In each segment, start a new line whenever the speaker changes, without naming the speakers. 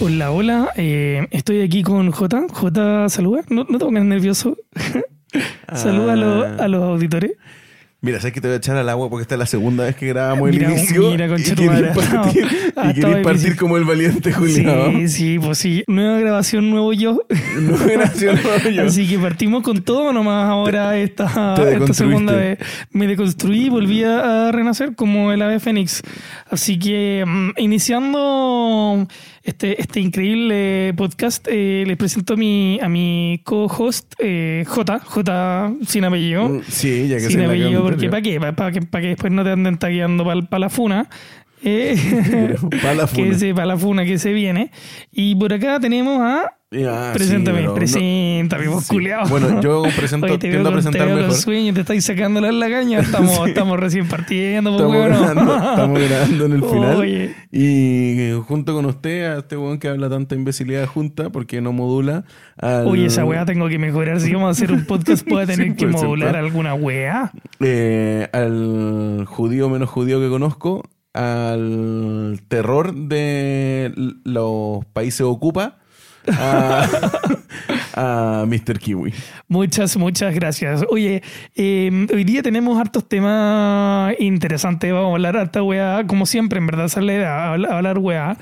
Hola, hola. Eh, estoy aquí con J. J, saluda. No, no te pongas nervioso. saluda a,
Ah.
los- a los auditores.
Mira, sabes que te voy a echar al agua porque esta es la segunda vez que grabamos
Mira,
el inicio.
mira,
y
concha tu
querés
madre.
partir,
No, ha
y querés
estado
partir
difícil.
como el valiente Julián.
Sí, sí, pues sí. Nueva grabación, nuevo yo.
No me nació yo.
Así que partimos con todo nomás ahora esta,
te
esta
deconstruiste.
segunda vez. Me deconstruí y volví a, a renacer como el ave fénix. Así que mm, iniciando este, este increíble podcast, eh, les presento a mi, a mi co-host eh, J, J sin apellido.
Mm, Sí, ya que
sin
se la
apellido,
acaban
porque
de
para qué, para que, pa' que después no te anden tagueando para la funa. Eh,
perder. Pa' la
que
funa.
se, para la funa que se viene. Y por acá tenemos a
Ya, Ah, sí,
Preséntame,
pero no-
preséntame, vos
Sí.
culiao.
Bueno, yo presento,
Oye, te veo
tiendo a
con, te
presentar
veo con
mejor.
sueño, te estáis sacando la la caña. Estamos, estamos recién partiendo, pues,
Estamos,
bueno.
grabando, estamos grabando en el final.
Oye.
Y eh, junto con usted, a este weón que habla tanta imbecilidad junta, porque no modula. al-
Oye, esa weá tengo que mejorar. Si vamos a hacer un podcast, voy a tener que
100%.
modular alguna weá.
eh, al judío menos judío que conozco, al terror de l- los países ocupa, a, a Mr. Kiwi.
Muchas, muchas gracias. Oye, eh, hoy día tenemos hartos temas interesantes. Vamos a hablar harta weá, como siempre, en verdad, sale a hablar, a hablar weá.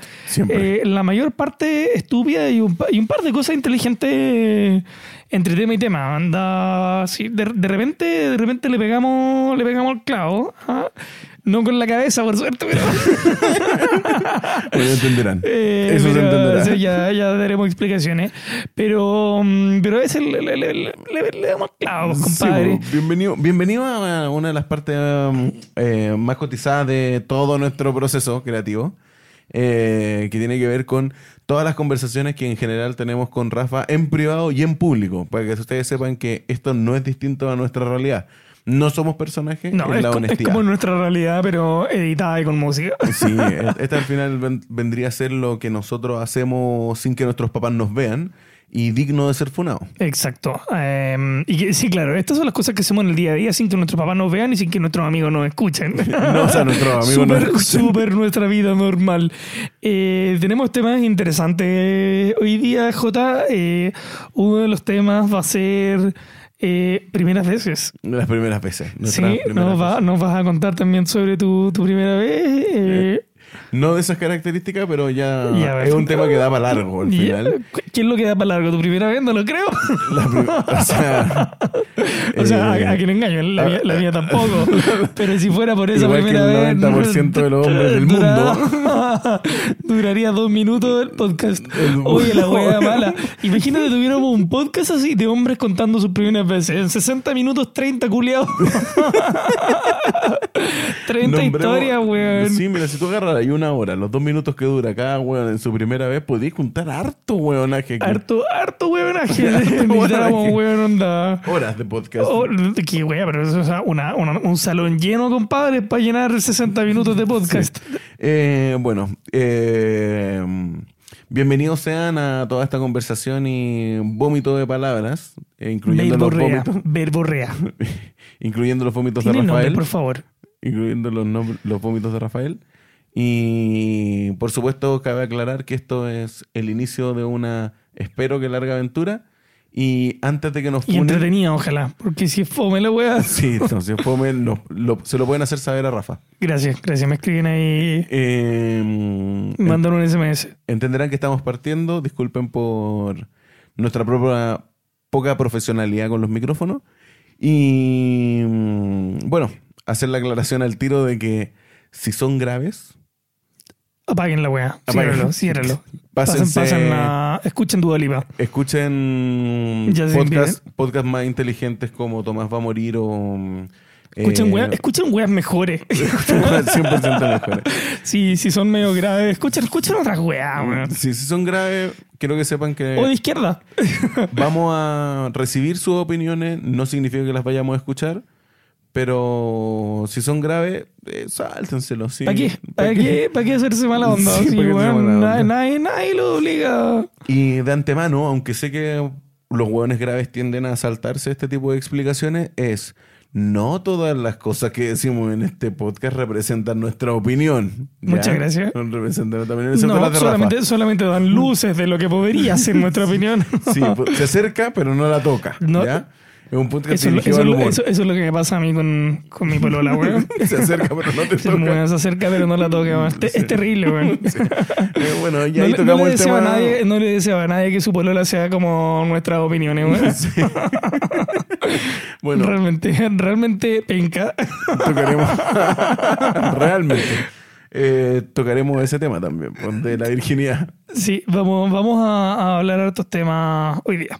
Eh,
Siempre.
la mayor parte estúpida y un, pa- y un par de cosas inteligentes entre tema y tema. Anda, sí, de, de repente, de repente le pegamos, le pegamos el clavo. ¿ah? No con la cabeza, por suerte, pero.
Bueno, entenderán.
Eh,
Eso se
pero,
entenderá.
sí, ya, ya daremos explicaciones. Pero, mm, pero a veces le, le- le- le- le- le damos clavos,
Sí,
compadre.
pues, bienvenido, bienvenido a una de las partes um, eh, más cotizadas de todo nuestro proceso creativo, eh, que tiene que ver con todas las conversaciones que en general tenemos con Rafa en privado y en público, para que ustedes sepan que esto no es distinto a nuestra realidad. No somos personajes
no,
en
es,
la
co- es
honestidad.
como nuestra realidad, pero editada y con música.
Sí, e- esta al final ven- vendría a ser lo que nosotros hacemos sin que nuestros papás nos vean y digno de ser funado.
Exacto. Eh, y que- sí, claro, estas son las cosas que hacemos en el día a día sin que nuestros papás nos vean y sin que nuestros amigos nos escuchen.
No, o sea, nuestros amigos nos
Súper,
escuchan.
súper nuestra vida normal. Eh, tenemos temas interesantes. Hoy día, J, eh, uno de los temas va a ser eh, primeras veces.
Las primeras veces.
Sí,
nuestras primeras
nos, va-
veces.
nos vas a contar también sobre tu, tu primera vez. eh,
No de esas características, pero ya,
Ya,
es un tema que da para largo al
y- eh,
final.
¿Qué es lo que da para largo? ¿Tu primera vez? No lo creo.
La prim- o sea,
O sea,
eh,
a, a que no engaño, la, mía- la mía tampoco. Pero si fuera por esa
Igual que
primera
el
vez.
90% de los hombres del
mundo. Duraría dos minutos el podcast.
El-
Oye, la hueá mala. Imagínate, tuviéramos un podcast así de hombres contando sus primeras veces. En 60 minutos, 30 culiados. 30
nombremos-
historias, weón.
Sí, mira, si tú agarras ahí una hora, los dos minutos que dura cada weón en su primera vez, podéis juntar harto weonaje. aquí.
Harto, harto huevonaje.
Harto
Necesitáramos
huevonaje.
hueón onda.
Horas de podcast.
Oh, qué wea, pero eso es una- una- un salón lleno, compadre, para llenar 60 minutos de podcast.
Eh, bueno, eh, bienvenidos sean a toda esta conversación y vómito de palabras, eh, incluyendo los
Verborrea,
vómitos,
verborrea.
incluyendo los vómitos de
Tiene
Rafael.
nombre, por favor.
incluyendo los, nom- los vómitos de Rafael. Y por supuesto, cabe aclarar que esto es el inicio de una, espero que larga aventura. Y antes de que nos
Y
funen,
entretenida, ojalá. Porque si es fome la wea.
sí, no, si es fome, no, lo- se lo pueden hacer saber a Rafa.
Gracias, gracias. Me escriben ahí.
Eh,
me Mandan un SMS.
entenderán que estamos partiendo, disculpen por nuestra propia poca profesionalidad con los micrófonos. Y mm, bueno, hacer la aclaración al tiro de que si son graves,
Apaguen la wea.
Apaguen.
Ciérralo, ciérralo. Pasen,
Pásense-
pasen la. Escuchen Dua Lipa.
Escuchen
Ya se
podcast, podcast más inteligentes como Tomás va a morir o... mm,
Escuchen,
eh,
weas, escuchen weas mejores.
escuchen weas 100% mejores.
si, si son medio graves, escuchen, escuchen otras weas, weón.
Si, si son graves, quiero que sepan
O de
que
izquierda.
vamos a recibir sus opiniones. No significa que las vayamos a escuchar. Pero si son graves, eh, sáltenselo. sí.
¿Para qué?
¿Pa'
¿Para qué? ¿Para qué hacerse mala onda?
Sí,
Sí,
¿para qué
weón,
hacerse mala
nadie,
onda?
nadie, nadie lo obliga.
Y de antemano, aunque sé que los hueones graves tienden a saltarse este tipo de explicaciones, es no todas las cosas que decimos en este podcast representan nuestra opinión. ¿ya?
Muchas gracias.
No representan nuestra opinión, excepto las
No,
de
solamente, solamente dan luces de lo que podría ser nuestra opinión.
Rafa. Sí, pues, se acerca, pero no la toca.
No.
¿ya? Es un podcast
Eso, es lo-
dirigido
eso es
al
lo-
humor.
eso- eso es lo que me pasa a mí con, con mi polola, weón.
se acerca, pero no te
Se
toca.
mueve, se acerca, pero no la toca, weón. Te- Es terrible, weón.
Eh, bueno, ya
No, le-
ahí
no
tocamos
le
el
deseaba
tema.
a nadie, no le deseaba a nadie que su polola sea como nuestras opiniones, weón.
Bueno,
Realmente, realmente penca.
tocaremos realmente eh, tocaremos ese tema también pues, de la virginidad
Sí, vamos, vamos a, a hablar de estos temas hoy día.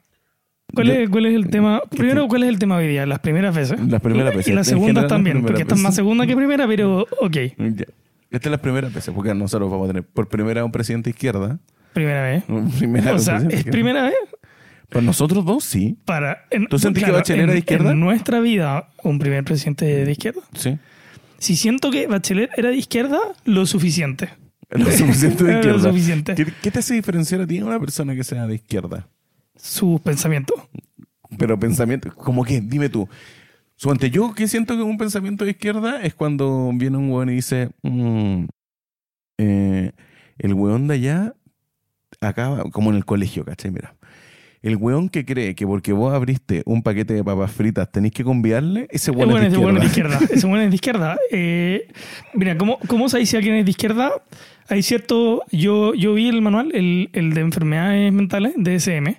¿Cuál
Ya.
es, ¿Cuál es el tema? Primero, ¿cuál es el tema hoy día? Las primeras veces.
eh, Las primeras
Y
veces.
las
En
segundas
general, las
también,
primeras
porque esta es más
veces.
segunda que primera, pero ok,
ya esta es la primera vez porque nosotros vamos a tener por primera un presidente de izquierda
primera vez.
Un primera
O
un
sea,
presidente de
es
izquierda.
primera vez
para nosotros dos sí
para... en-
¿Tú sentís que Bachelet
en-
era de izquierda?
En nuestra vida, un primer presidente de izquierda.
sí
Si siento que Bachelet era de izquierda, lo suficiente.
lo suficiente de
Lo
izquierda
suficiente.
¿Qué, qué te hace diferenciar a ti de una persona que sea de izquierda
Sus pensamientos.
pero pensamiento como que dime tú Suante, yo que siento que un pensamiento de izquierda es cuando viene un weón y dice, mm, eh, el weón de allá acaba, como en el colegio, ¿cachai? Mira, el weón que cree que porque vos abriste un paquete de papas fritas tenés que conviarle,
Ese
ese weón
bueno,
es de
es de
izquierda.
izquierda. Ese bueno es de izquierda. Eh, mira, ¿cómo, ¿cómo se dice a quién es de izquierda? Hay cierto. Yo, yo vi el manual, el, el de enfermedades mentales, DSM,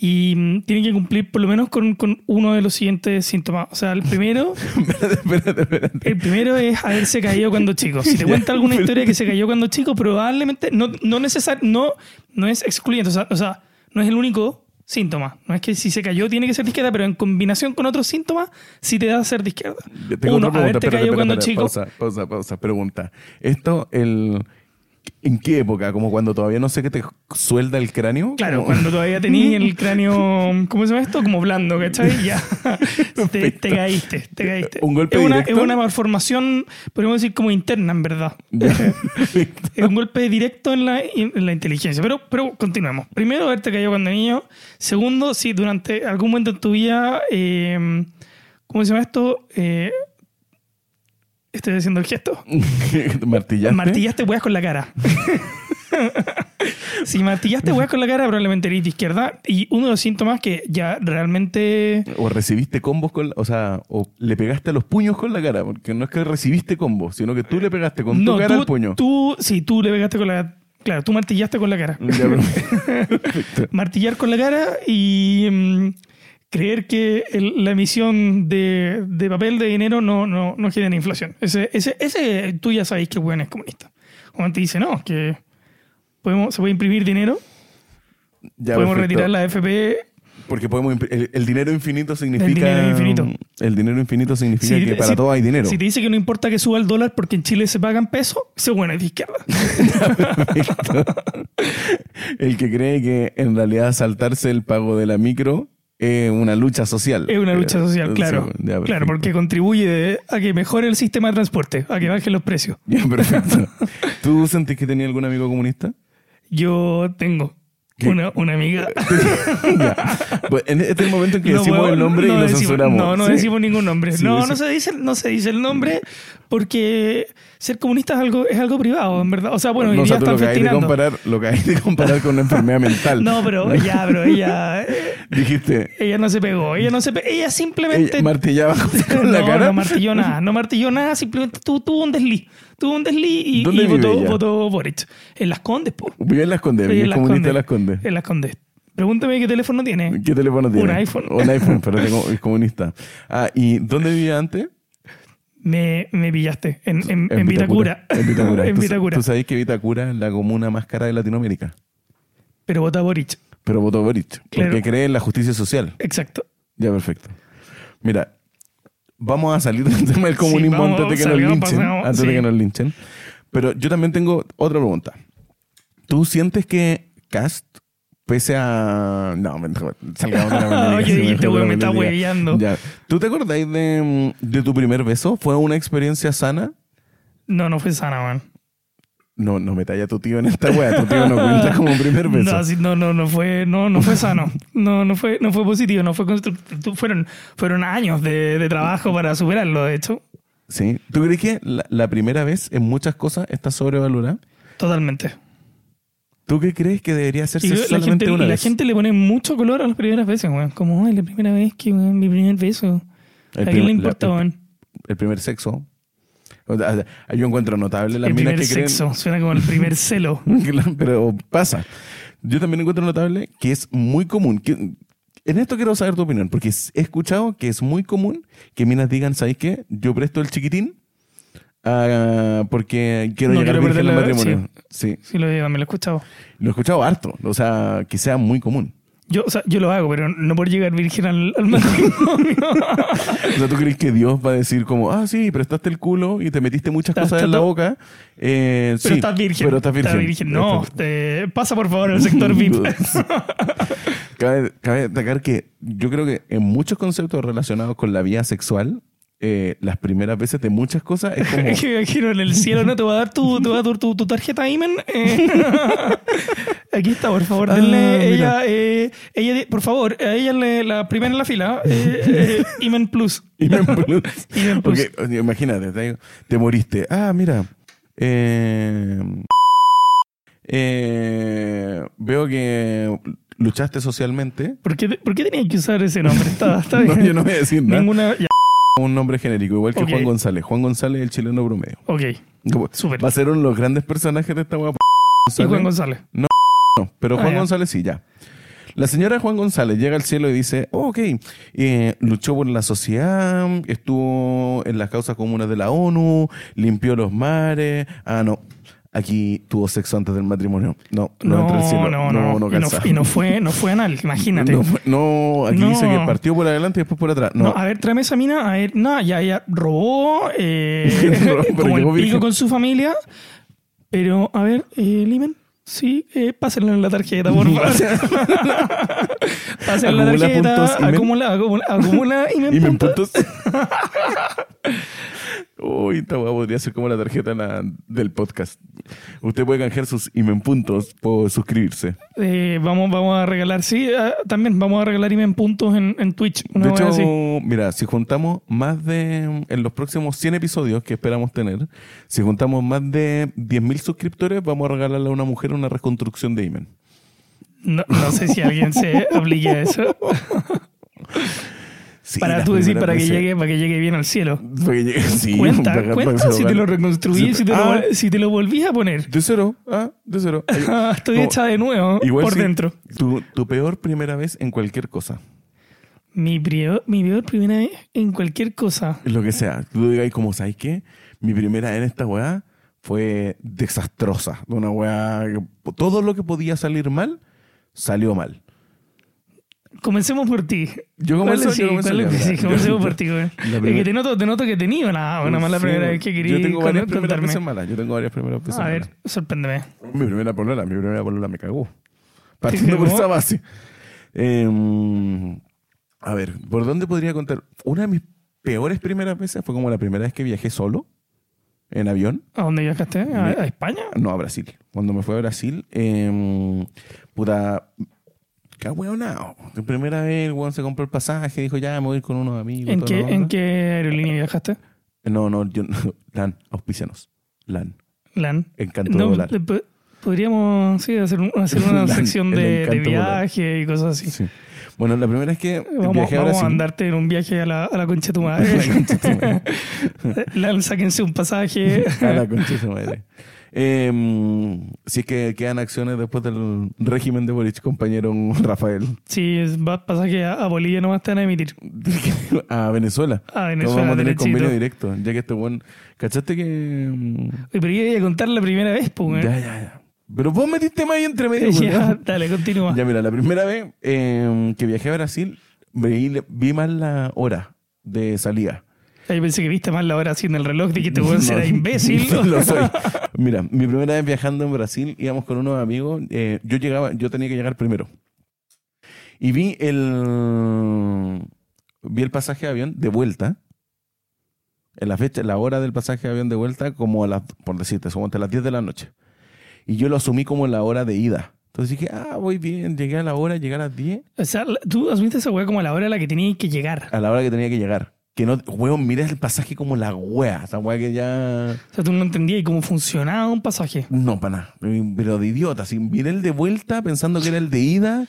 y mm, tienen que cumplir por lo menos con, con uno de los siguientes síntomas. O sea, el primero,
espérate, espérate.
el primero es haberse caído cuando chico. Si te cuenta alguna historia que se cayó cuando chico, probablemente no, no, necesar, no, no es excluyente. O sea, o sea, no es el único síntoma. No es que si se cayó tiene que ser de izquierda, pero en combinación con otros síntomas, sí te da a ser de izquierda.
Yo Tengo
Uno,
otra pregunta,
haberte
espérate,
caído cuando
espérate,
chico.
pausa, pausa, pausa, pregunta. Esto, el... ¿En qué época? Como cuando todavía no sé que te suelda el cráneo.
Claro,
Como-
cuando todavía tenías el cráneo, ¿cómo se llama esto? Como blando, ¿cachai? Ya. Te, te caíste, te caíste.
Un golpe
es una,
directo.
es una malformación, podríamos decir, como interna, en verdad.
Ya.
Es un golpe directo en la, en la inteligencia. Pero, pero continuemos. Primero, haberte caído cuando niño. Segundo, si durante algún momento en tu vida, eh, ¿cómo se llama esto? Eh, estoy haciendo el gesto.
¿Martillaste?
Martillaste weas con la cara. si martillaste weas con la cara, probablemente eres de izquierda. Y uno de los síntomas que ya realmente.
O recibiste combos con... la- O sea, o le pegaste a los puños con la cara. Porque no es que recibiste combos, sino que tú le pegaste con tu cara
tú,
al puño.
tú, sí, tú le pegaste con la. Claro, tú martillaste con la cara.
Ya, pero- Perfecto.
Martillar con la cara y. mm, creer que el- la emisión de, de papel de dinero no, no, no genera inflación. Ese, ese, ese tú ya sabéis que weón es comunista. Cuando te dice, no, que podemos, se puede imprimir dinero,
Ya,
podemos
perfecto.
retirar la E. FP
Porque podemos... impri- El, el dinero infinito significa...
dinero infinito.
El dinero infinito significa
Si-
que para
si-
todo hay dinero.
Si te dice que no importa que suba el dólar porque en Chile se pagan pesos, se bueno es de izquierda.
Perfecto. el que cree que en realidad saltarse el pago de la micro es una lucha social. Eh,
Es una lucha social,
Sí,
claro.
ya, perfecto.
Claro, porque contribuye a que mejore el sistema de transporte, a que bajen los precios.
Ya, perfecto. ¿Tú sentís que tenía algún amigo comunista?
Yo tengo
¿Qué?
una, una amiga.
Ya. Pues en este momento en que
No
decimos
puedo-
el nombre
no
y lo
decimos-
censuramos.
No, no
Sí.
decimos ningún nombre.
Sí,
no,
sí.
no se dice, no se dice el nombre porque ser comunista es algo, es algo privado, en verdad. O sea, bueno, hoy
no, o
día
sea, tú
están
lo acabas de
festinando.
comparar, lo acabas de comparar con una enfermedad mental.
No, pero ya, pero ella,
Dijiste,
ella no se pegó. Ella no se pe- Ella
ella
simplemente
martillaba cosas con
no,
la cara.
no martilló nada, no martilló nada, simplemente tu- tuvo un desliz. Tuvo un desliz y,
¿Dónde
y
vive
votó,
ella?
votó Boric. En Las Condes, po.
Vive en Las Condes,
Sí,
vive
en Las
comunista de Las
Condes.
Condes.
En Las Condes. Pregúntame qué teléfono tiene.
¿Qué teléfono tiene?
Eh, iPhone.
Un iPhone, pero tengo- es comunista. Ah, ¿y dónde vivía antes?
Me, me pillaste. En, en, en Vitacura.
En Vitacura.
En
¿Tú,
Vitacura.
tú sabes que Vitacura es la comuna más cara de Latinoamérica.
Pero vota Boric.
Pero votó Boric.
Claro.
Porque cree en la justicia social.
Exacto.
Ya, perfecto. Mira, vamos a salir del tema del
Sí,
comunismo
vamos,
antes de que
salgamos,
nos linchen.
pasemos,
antes de
sí.
que nos linchen. Pero yo también tengo otra pregunta. ¿Tú sientes que Cast, pese a. No, mentira, salgamos de la
Oye,
sí,
dijiste,
mejor de la
güey, me está
política.
hueveando.
Ya. ¿Tú te acordáis de, mm, de tu primer beso? ¿Fue una experiencia sana?
No, no fue sana, man.
No, no me talla tu tío en esta wea. Tu tío no cuenta como primer beso.
No, sí, no, no, no fue, no, no fue sano. No, no fue, no fue positivo, no fue constructivo. Fueron, fueron años de, de trabajo para superarlo, de hecho.
Sí. ¿Tú crees que la, la primera vez en muchas cosas está sobrevalorada?
Totalmente.
¿Tú qué crees que debería hacerse
Y yo- la,
solamente
gente,
una
la
vez?
gente le pone mucho color a las primeras veces, weón. Como, ay, la primera vez que, weón, mi primer beso.
El
¿A
prim-
quién le
la-
importa,
el-
weón?
El primer sexo. O sea, yo encuentro notable las
El
minas
primer
que creen.
sexo. Suena como el primer celo.
Claro, Pero pasa. Yo también encuentro notable que es muy común. que- en esto quiero saber tu opinión, porque es- he escuchado que es muy común que minas digan, ¿sabes qué? Yo presto el chiquitín ah, porque quiero
No
llegar
quiero
virgen
perder
al
la-
matrimonio. Sí.
Sí, lo, me lo he escuchado.
lo he escuchado harto. O sea, que sea muy común.
Yo, o sea, yo lo hago, pero no por llegar virgen al, al matrimonio.
O sea, ¿tú crees que Dios va a decir como, ah, sí, prestaste el culo y te metiste muchas
Estás-
cosas en
estás
la
todo-
boca? eh,
Pero
sí,
estás virgen.
Pero estás virgen.
No, te- pasa por favor al sector VIP.
cabe, cabe destacar que yo creo que en muchos conceptos relacionados con la vida sexual, eh, las primeras veces de muchas cosas es
que
como...
me imagino en el cielo, ¿no? Te va a dar tu, te va a dar tu, tu tarjeta Imen. Eh, aquí está, por favor.
Ah, mira.
Denle ella, eh, ella, di- por favor, a ella le, la primera en la fila, eh, eh, Imen Plus.
Y me empuja.
Y me empuja.
Porque, oye, imagínate, te, digo, te moriste. Ah, mira. eh, eh, veo que luchaste socialmente.
¿Por qué, por qué tenías que usar ese nombre? Está, está bien.
No, yo no voy a decir nada.
Ninguna. ya,
Un nombre genérico, igual que
Ok.
Juan González. Juan González, el chileno promedio.
ok.
Como-
Súper.
Va a ser uno de los grandes personajes de esta guapa.
Y Juan González.
No, pero
Ah,
Juan
ya.
González sí, ya. La señora Juan González llega al cielo y dice, "Oh, ok, eh, luchó por la sociedad, estuvo en las causas comunes de la ONU, limpió los mares. Ah, no, aquí tuvo sexo antes del matrimonio. No, no,
No,
entra al cielo.
no, no. y, no
calza.
y no fue, no fue anal, imagínate.
No fue- no, aquí
No.
dice que partió por adelante y después por atrás. No,
No, a ver, tráeme esa mina. A ver, no, ya, ya robó, eh,
Robó, pero
como el pico
llegó virgen.
con su familia. Pero, a ver, eh, Limen, sí, eh, pásenla en la tarjeta, por favor. Pásenla en la
Acumula
tarjeta,
puntos, Imen.
acumula, acumula, acumula Imen
y me
puntos.
puntos. Uy, esta hueá podría ser como la tarjeta la- del podcast. Usted puede canjear sus imen puntos por suscribirse.
Eh, vamos, vamos a regalar, sí, ah, también vamos a regalar Imen puntos en, en Twitch. Una
de
vez
hecho,
así.
mira, si juntamos más de. En los próximos 100 episodios que esperamos tener, si juntamos más de 10.000 suscriptores, vamos a regalarle a una mujer una reconstrucción de Imen.
No, no sé si alguien se obliga a eso.
Sí,
para
las
tú decir,
primeras
para que,
veces-
llegue, para que llegue bien al cielo.
para que llegue- sí, para que-
Cuenta,
para que
cuenta
se
si te lo
regale.
reconstruí,
Sí,
si te lo,
ah.
vol- si te lo volví a poner.
De cero, ah, de cero. Ahí-
Ah, Estoy
No,
hecha de nuevo
igual
por
sí,
dentro.
Tu, tu peor primera vez en cualquier cosa.
Mi peor, mi peor primera vez en cualquier cosa.
lo que sea. Tú digas como, ¿sabes qué? Mi primera en esta weá fue desastrosa. Una weá que todo lo que podía salir mal, salió mal.
Comencemos por ti. ¿Cuál
Yo comienzo,
es- sí,
yo comienzo
cuál es-
ya,
sí,
mira.
comencemos por ti, güey. Es
primera-
que te noto, te noto que tenía una, una mala
Sí,
primera
weón.
vez que quería
Yo tengo
con-
varias primeras
contarme.
veces malas. Yo tengo varias primeras veces
A
malas.
ver, sorpréndeme.
Mi primera polola, mi primera polola me cagó. Partiendo por
cagó?
esa base. Em, a ver, ¿por dónde podría contar? Una de mis peores primeras veces fue como la primera vez que viajé solo en avión.
¿A dónde viajaste? ¿A,
Me-
a España?
No, a Brasil. Cuando me fui a Brasil, eh, puta. Qué hueonao. De primera vez el hueón se compró el pasaje, dijo ya me voy a ir con unos amigos.
¿En
toda
qué,
la onda.
¿En qué aerolínea viajaste?
No, no, yo no. Lan, auspicianos. Lan,
LAN.
encanto
No,
volar.
le- po- podríamos sí, hacer, un- hacer una
LAN,
sección
el
de, de
encanto volar.
viaje y cosas así.
Sí. Bueno, la primera es que
Vamos,
viajé a
vamos
Brasil.
a andarte en un viaje a la, a la concha de tu
A la
madre.
concha de su madre.
Lan, sáquense un pasaje.
A la concha de su madre. Eh, si es que quedan acciones después del régimen de Boric, compañero Rafael,
Sí, es- va pasaje a, a Bolivia, no te van a emitir.
a Venezuela.
A
No
Venezuela,
vamos a tener
derechito.
convenio directo, ya que este buen. ¿Cachaste que.? mm,
Oye, pero yo iba a contar la primera vez, pues.
Ya,
weón.
ya, ya. Pero vos metiste más ahí entre medio.
Ya,
weón.
dale, continúa.
Ya, mira, la primera vez eh, que viajé a Brasil, vi, vi mal la hora de salida.
Yo pensé que viste más la hora haciendo el reloj, de que te weón será imbécil.
Lo soy. Mira, mi primera vez viajando en Brasil, íbamos con unos amigos. eh, yo llegaba, yo tenía que llegar primero. Y vi el vi el pasaje de avión de vuelta. En la fecha, la hora del pasaje de avión de vuelta, como a las, por decirte, somos a las 10 de la noche. y yo lo asumí como la hora de ida. Entonces dije, ah, voy bien, llegué a la hora, llegué a las 10,
O sea, la- tú asumiste esa weá como a la hora a la que tenías que llegar.
a la hora que tenía que llegar. Que no, weón, mira el pasaje como la wea, esa wea que ya...
O sea, tú no entendías cómo funcionaba un pasaje.
No, para nada. Pero de idiota. Si miré el de vuelta pensando que era el de ida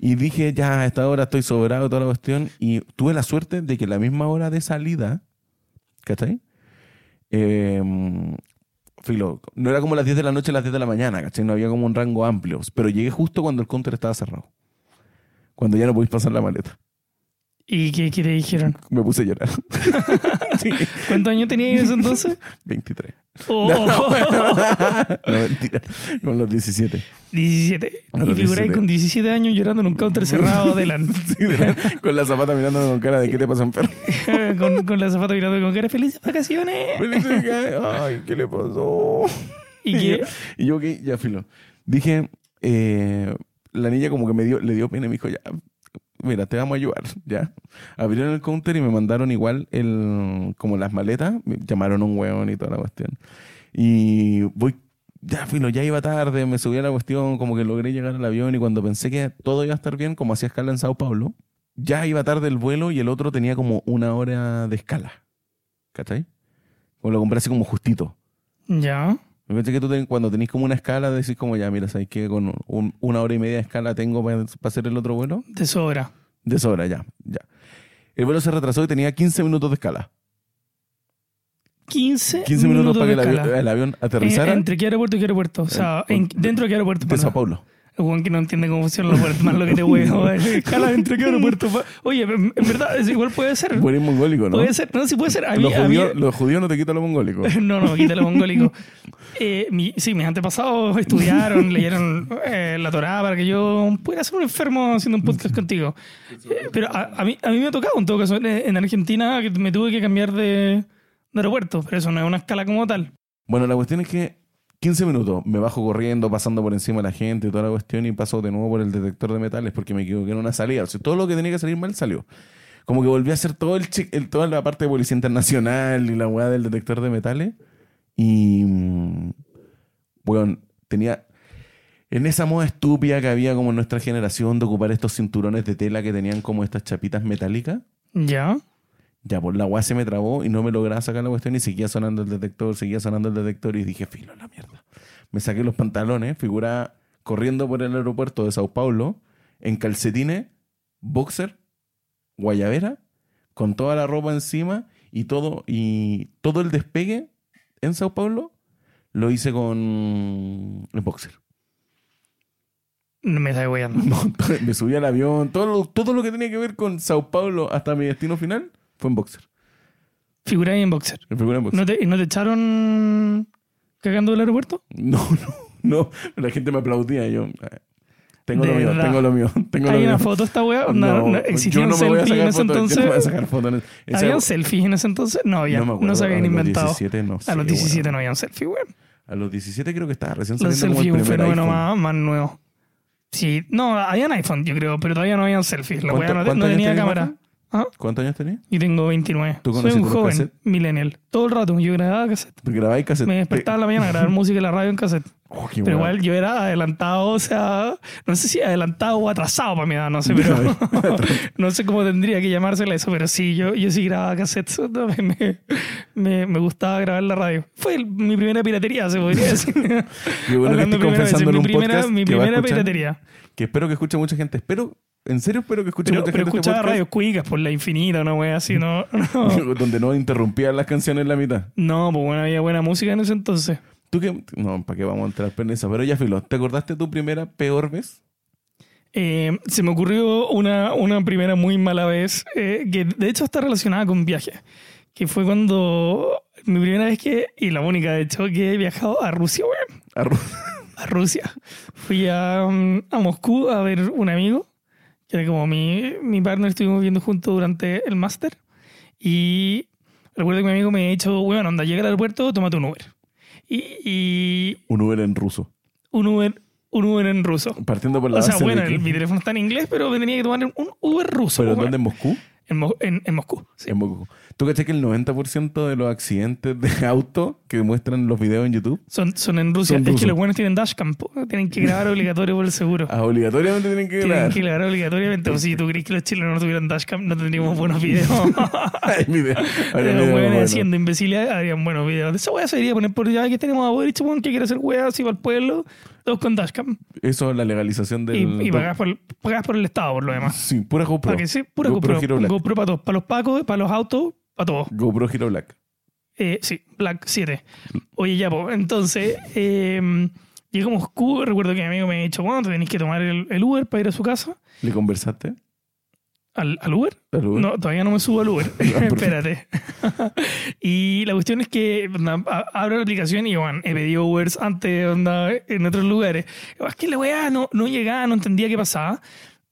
y dije, ya, a esta hora estoy sobrado, toda la cuestión. Y tuve la suerte de que la misma hora de salida, ¿cachai? Eh, filo, no era como las 10 de la noche a las 10 de la mañana, ¿cachai? No había como un rango amplio. Pero llegué justo cuando el counter estaba cerrado. Cuando ya no podéis pasar la maleta.
¿Y qué, qué te dijeron?
Me puse a llorar. Sí,
¿Cuántos años tenías en ese entonces?
23.
Oh,
No, mentira. Con los 17.
17.
A los
Y figuráis
17.
con 17 años llorando en un counter cerrado adelante.
Sí, de- con la zapata mirándome con cara de qué te pasa, enfermo.
con, con la zapata mirando con cara felices vacaciones.
Felices que- Ay, ¿qué le pasó?
¿Y qué?
yo- y yo, que ya filo. Dije, eh, la niña como que me dio, le dio pena y me dijo, ya, mira, te vamos a ayudar, ya. Abrieron el counter y me mandaron igual el, como las maletas, me llamaron a un hueón y toda la cuestión. Y voy, ya filo, ya iba tarde, me subí a la cuestión, como que logré llegar al avión y cuando pensé que todo iba a estar bien, como hacía escala en Sao Paulo, ya iba tarde el vuelo y el otro tenía como una hora de escala. ¿Cachai? Como lo compré así como justito.
Ya.
Me parece que tú ten- cuando tenés como una escala decís como ya, mira, ¿sabes qué? Con un- una hora y media de escala tengo para hacer el otro vuelo.
Te sobra.
De sobra, ya, ya. El vuelo se retrasó y tenía 15 minutos de escala.
15,
15 minutos, para que el
de
avión,
escala.
el avión
Eh,
aterrizara
entre qué aeropuerto y qué aeropuerto. O sea, en- dentro de qué aeropuerto.
de Sao
perdón.
Paulo.
El weón que no entiende cómo funcionan los aeropuertos, más lo que te huevo. eh. Escala entre qué aeropuerto. pa- Oye, en en verdad, es igual puede ser.
Bueno, eres mongólico, ¿no?
Puede ser, no, sí puede ser. Pues, A mí,
los,
a mí-
judíos, los judíos no te quitan lo mongólico.
No, no, quítalo mongólico. Eh, mi- sí, mis antepasados estudiaron, leyeron eh, la Torá para que yo pudiera ser un enfermo haciendo un podcast contigo. Eh, pero a, a mí, a mí me ha tocado, en todo caso, en, en Argentina que me tuve que cambiar de, de aeropuerto, pero eso no es una escala como tal.
Bueno, la cuestión es que 15 minutos me bajo corriendo, pasando por encima de la gente y toda la cuestión y paso de nuevo por el detector de metales porque me equivoqué en una salida. O sea, todo lo que tenía que salir mal salió. Como que volví a hacer todo el, check- el- toda la parte de policía internacional y la weá del detector de metales. Y. mm, Weón, tenía. En esa moda estúpida que había como en nuestra generación de ocupar estos cinturones de tela que tenían como estas chapitas metálicas.
Ya.
Ya, por la weá se me trabó y no me lograba sacar la cuestión y seguía sonando el detector, seguía sonando el detector y dije, filo, la mierda. Me saqué los pantalones, figura corriendo por el aeropuerto de Sao Paulo, en calcetines, boxer, guayabera, con toda la ropa encima y todo, y todo el despegue en Sao Paulo lo hice con el boxer.
No me está hueando.
No, me subí al avión, todo lo, todo lo que tenía que ver con Sao Paulo hasta mi destino final fue en boxer.
Figura ahí en boxer.
Me figuré en boxer.
¿No te, ¿No te echaron cagando del aeropuerto?
No, no, no. La gente me aplaudía. y Yo, eh, tengo lo
De
mío,
verdad.
tengo lo mío, tengo lo
¿Hay una
mío.
foto de esta wea? No, no,
yo
¿Existían
no me voy a
selfies en
sacar
ese
fotos, yo no me voy a
entonces?
sacar fotos. en- esa-
¿Habían selfies en ese entonces? No, había,
no me
no,
acuerdo,
se habían
a los
inventado.
17 no
a los
sé,
17
weón.
no habían selfie, weón.
A los 17 creo que estaba recién
Los
saliendo como el
selfies un
primer
fenómeno
iPhone.
más, más nuevo. Sí, no, habían iPhone, yo creo, pero todavía no habían selfies. La
¿Cuánto-
weá no, te-
cuántos
no
años
tenía
tenés,
cámara.
Maca?
¿Ah?
¿Cuántos años tenías?
Yo tengo 29.
¿Tú
Soy
conociste
un
los
joven
cassette?
millennial. Todo el rato yo grababa cassette.
Grabáis cassette.
Me despertaba en la mañana a grabar música en la radio en cassette.
Oh, qué
Pero
weón.
igual yo era adelantado, o sea, no sé si adelantado o atrasado para mi edad, no sé, pero no sé cómo tendría que llamársela eso, pero sí, yo, yo sí grababa cassettes, ¿no? me, me, me gustaba grabar la radio. Fue el- mi primera piratería, se podría decir.
Qué bueno
Hablando
que estoy
primera vez,
confesando en
mi
un
primera-
podcast
mi
que va a
primera
escuchar-
piratería.
Que espero que escuche mucha gente. Espero, en serio espero que escuche
Pero,
mucha
pero
gente este
escuchaba
podcast
radios cuicas por la infinita, una wea así, no, no.
Donde no interrumpían las canciones en la mitad.
No, pues bueno, había buena música en ese entonces.
¿Tú qué? No, ¿para qué vamos a entrar en eso? Pero ya, Filo, ¿te acordaste tu primera peor vez?
Eh, se me ocurrió una, una primera muy mala vez, eh, que de hecho está relacionada con viajes, que fue cuando mi primera vez que, y la única de hecho, que he viajado a Rusia, weón,
A Ru-
a Rusia. Fui a, mm, a Moscú a ver un amigo, que era como mi, mi partner, estuvimos viviendo juntos durante el máster, y recuerdo que mi amigo me ha dicho, weón, anda, llega al aeropuerto, tómate un Uber. Y, y
Un Uber en ruso.
un Uber, un Uber en ruso.
Partiendo por la
O sea,
base de
bueno,
que-
el- mi teléfono está en inglés, pero me tenía que tomar un Uber ruso.
¿Pero
weón.
dónde en Moscú?
En, Mo- en- en Moscú. sí.
Es muy cool. ¿Tú cachas que el 90% de los accidentes de auto que muestran los videos en YouTube
Son, son en Rusia.
Son
es que
rusos.
los buenos tienen dashcam. po. Tienen que grabar obligatorio por el seguro.
ah, obligatoriamente tienen que
Tienen
grabar?
que grabar obligatoriamente. O si tú crees que los chilenos no tuvieran dashcam, no tendríamos buenos videos.
Hay video- hay
Pero
video
los
bueno.
hueones haciendo imbéciles harían buenos videos. Esa hueá se debería poner por ya que tenemos a Boric, weón, que quiere hacer hueás y va al pueblo. Todos con dashcam.
Eso es la legalización del...
Y, y pagás, por, pagás por el Estado, por lo demás.
Sí, pura GoPro.
Para que sí, pura
GoPro
GoPro.
Hero Black.
GoPro para todos. Para los pacos, para los autos, para todos.
GoPro Hero Black.
Eh, sí, Black 7. Oye, ya, po, entonces, eh, llego a Moscú, recuerdo que mi amigo me ha dicho, bueno, tenéis que tomar el, el Uber para ir a su casa.
¿Le conversaste?
¿Al, al Uber?
¿Al Uber?
No, todavía no me subo al Uber.
perfecto.
Espérate. y la cuestión es que onda, a- abro la aplicación y bueno, he pedido Ubers antes onda, en otros lugares. Es que la weá no, no llegaba, no entendía qué pasaba.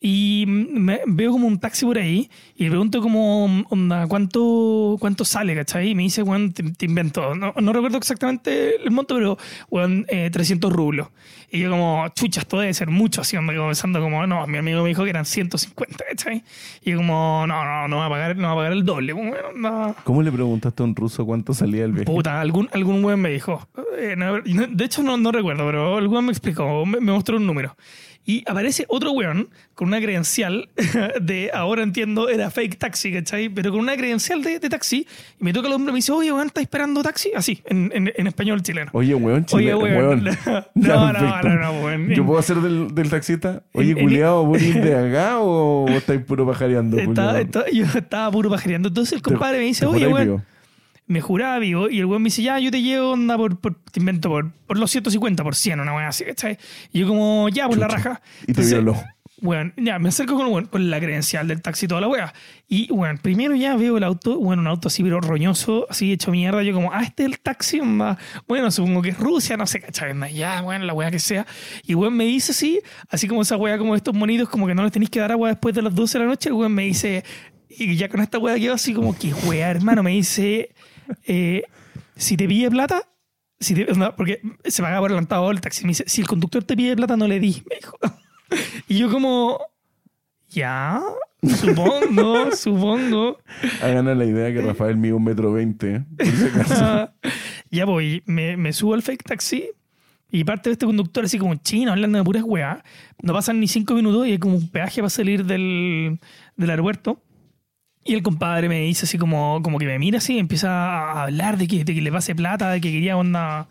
Y me- veo como un taxi por ahí y le pregunto como, onda, ¿cuánto, cuánto sale, cachai? Y me dice, weón, te, te invento. No, no recuerdo exactamente el monto, pero, weón, eh, 300 rublos. Y yo como, chucha, esto debe ser mucho, así, onda, como pensando como, no, mi amigo me dijo que eran 150, ¿cachai? Y yo como, no, no, no va a pagar, no va a pagar el doble, weón, onda.
¿Cómo le preguntaste a un ruso cuánto salía el viaje?
Puta, algún, algún weón me dijo. eh, no, no, de hecho, no, no recuerdo, pero el weón me explicó, me, me mostró un número. Y aparece otro weón con una credencial de, ahora entiendo, era fake taxi, ¿cachai? Pero con una credencial de, de taxi. Y me toca el hombre y me dice, oye, weón, ¿estás esperando taxi? Así, en, en- en español chileno.
Oye, weón, chile,
Oye, weón. No, no, no, no, weón.
Yo puedo hacer del, del taxista. Oye,
En- en-
culiao, ¿vos venís de acá o vos estáis puro pajareando? culiao?
Estaba- estaba- yo estaba puro pajareando. Entonces el
Te-
compadre me dice,
te
oye,
juráis
weón.
vivo.
me juraba vivo y el weón me dice, ya, yo te llevo, onda, por, por- te invento, por, por los 150, por 100, una weá así, ¿cachai? Y yo como, ya, por la
Chucha.
raja.
Y te violó.
Weón, ya, me acerco con el weón, con la credencial del taxi y toda la weá. Y, weón, primero ya veo el auto, bueno, un auto así, pero roñoso, así hecho mierda. Yo como, ah, este es el taxi, onda. Bueno, supongo que es Rusia, no sé, ¿cachai? Onda, ya, weón, la weá que sea. Y, weón, me dice así, así como esa weá, como estos monitos, como que no les tenéis que dar agua después de las 12 de la noche. El weón me dice, y ya con esta weá quedo así como, que weá, hermano, me dice, eh, si te pide plata, si te- no, porque se pagaba por adelantado el taxi. Me dice, si el conductor te pide plata, no le di, me dijo. Y yo como, ya, supongo, supongo.
Hagan la idea que Rafael mide un metro veinte. Por si acaso.
Ah, ya voy, me, me subo al fake taxi y parte de este conductor así como chino, hablando de puras weas. No pasan ni cinco minutos y hay como un peaje para salir del, del aeropuerto. Y el compadre me dice así como, como que me mira así, empieza a hablar de que, de que le pase plata, de que quería onda...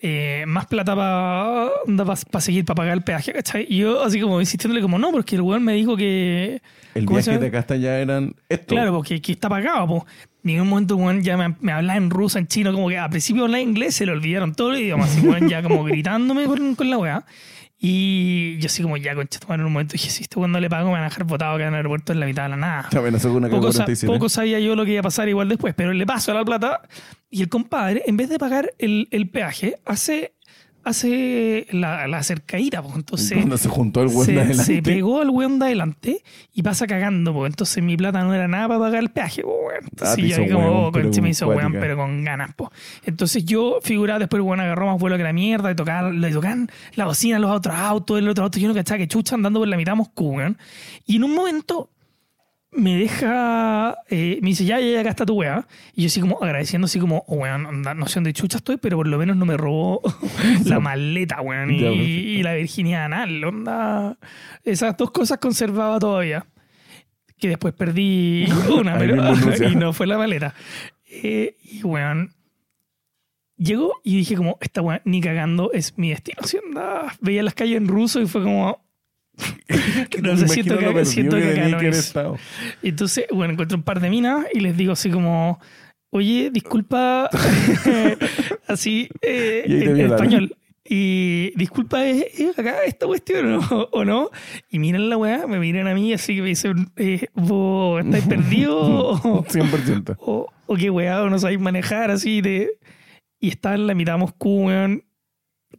eh, más plata para seguir, para pagar el peaje, ¿cachai? Y yo así como insistiéndole como, no, porque el weón me dijo que...
El
¿cómo se
viaje
llama?
de acá hasta allá eran esto.
Claro, porque aquí está pagado, po. Ni en un momento, weón, ya me, me hablaba en ruso, en chino, como que al principio hablaba inglés, se le olvidaron todos los idiomas, así, weón, ya como gritándome con, con la weá. Y yo así como, ya, concha, tu madre, en un momento dije, si este weón no le pago, me van a dejar botado acá en el aeropuerto en la mitad de la nada.
Te amenazó con una
Poco, sa-
K47.
poco sabía yo lo que iba a pasar igual después, pero le paso la plata y el compadre, en vez de pagar el, el peaje, hace, hace la, la cercaíta, po. Entonces,
Cuando se juntó el weón
se,
adelante.
se pegó al weón de adelante y pasa cagando, po. entonces mi plata no era nada para pagar el peaje, po, weón.
Ah,
Entonces
te
yo
hizo
ahí como,
huevón,
oh,
pero
conche,
con
me hizo weón,
cuática.
pero con ganas, po. Entonces yo figuraba después, el weón agarró más vuelo que la mierda, y tocaban, le tocaban la bocina a los otros autos, el otro auto, yo no cachaba que chucha andando por la mitad de Moscú, weón. Y en un momento me deja, eh, me dice, ya, ya, ya, acá está tu weá. Y yo así como agradeciendo, así como, oh, weón, onda, no sé dónde chucha estoy, pero por lo menos no me robó la maleta, weón, y,
Ya, pues. perfecto.
y la virginidad anal, onda. Esas dos cosas conservaba todavía. Que después perdí una,
Ahí
pero
mismo en Rusia.
y no fue la maleta. Eh, y weón, llegó y dije como, esta weá ni cagando es mi destino. Así, onda, veía las calles en ruso y fue como, no sé,
Me
siento
imagino lo
que,
perdido
siento que acá
tenía
no
que haber
es.
estado.
Y entonces, bueno, encuentro un par de minas y les digo así como, oye, disculpa, así eh,
Y ahí te
en, en
violaron.
español. Y disculpa, ¿es, es acá esta cuestión o, o no? Y miran la weá, me miran a mí, así que me dicen, eh, vos estáis perdido o,
100%.
o, o qué weá, o no sabéis manejar, así de... Y estaba en la mitad de Moscú, weón.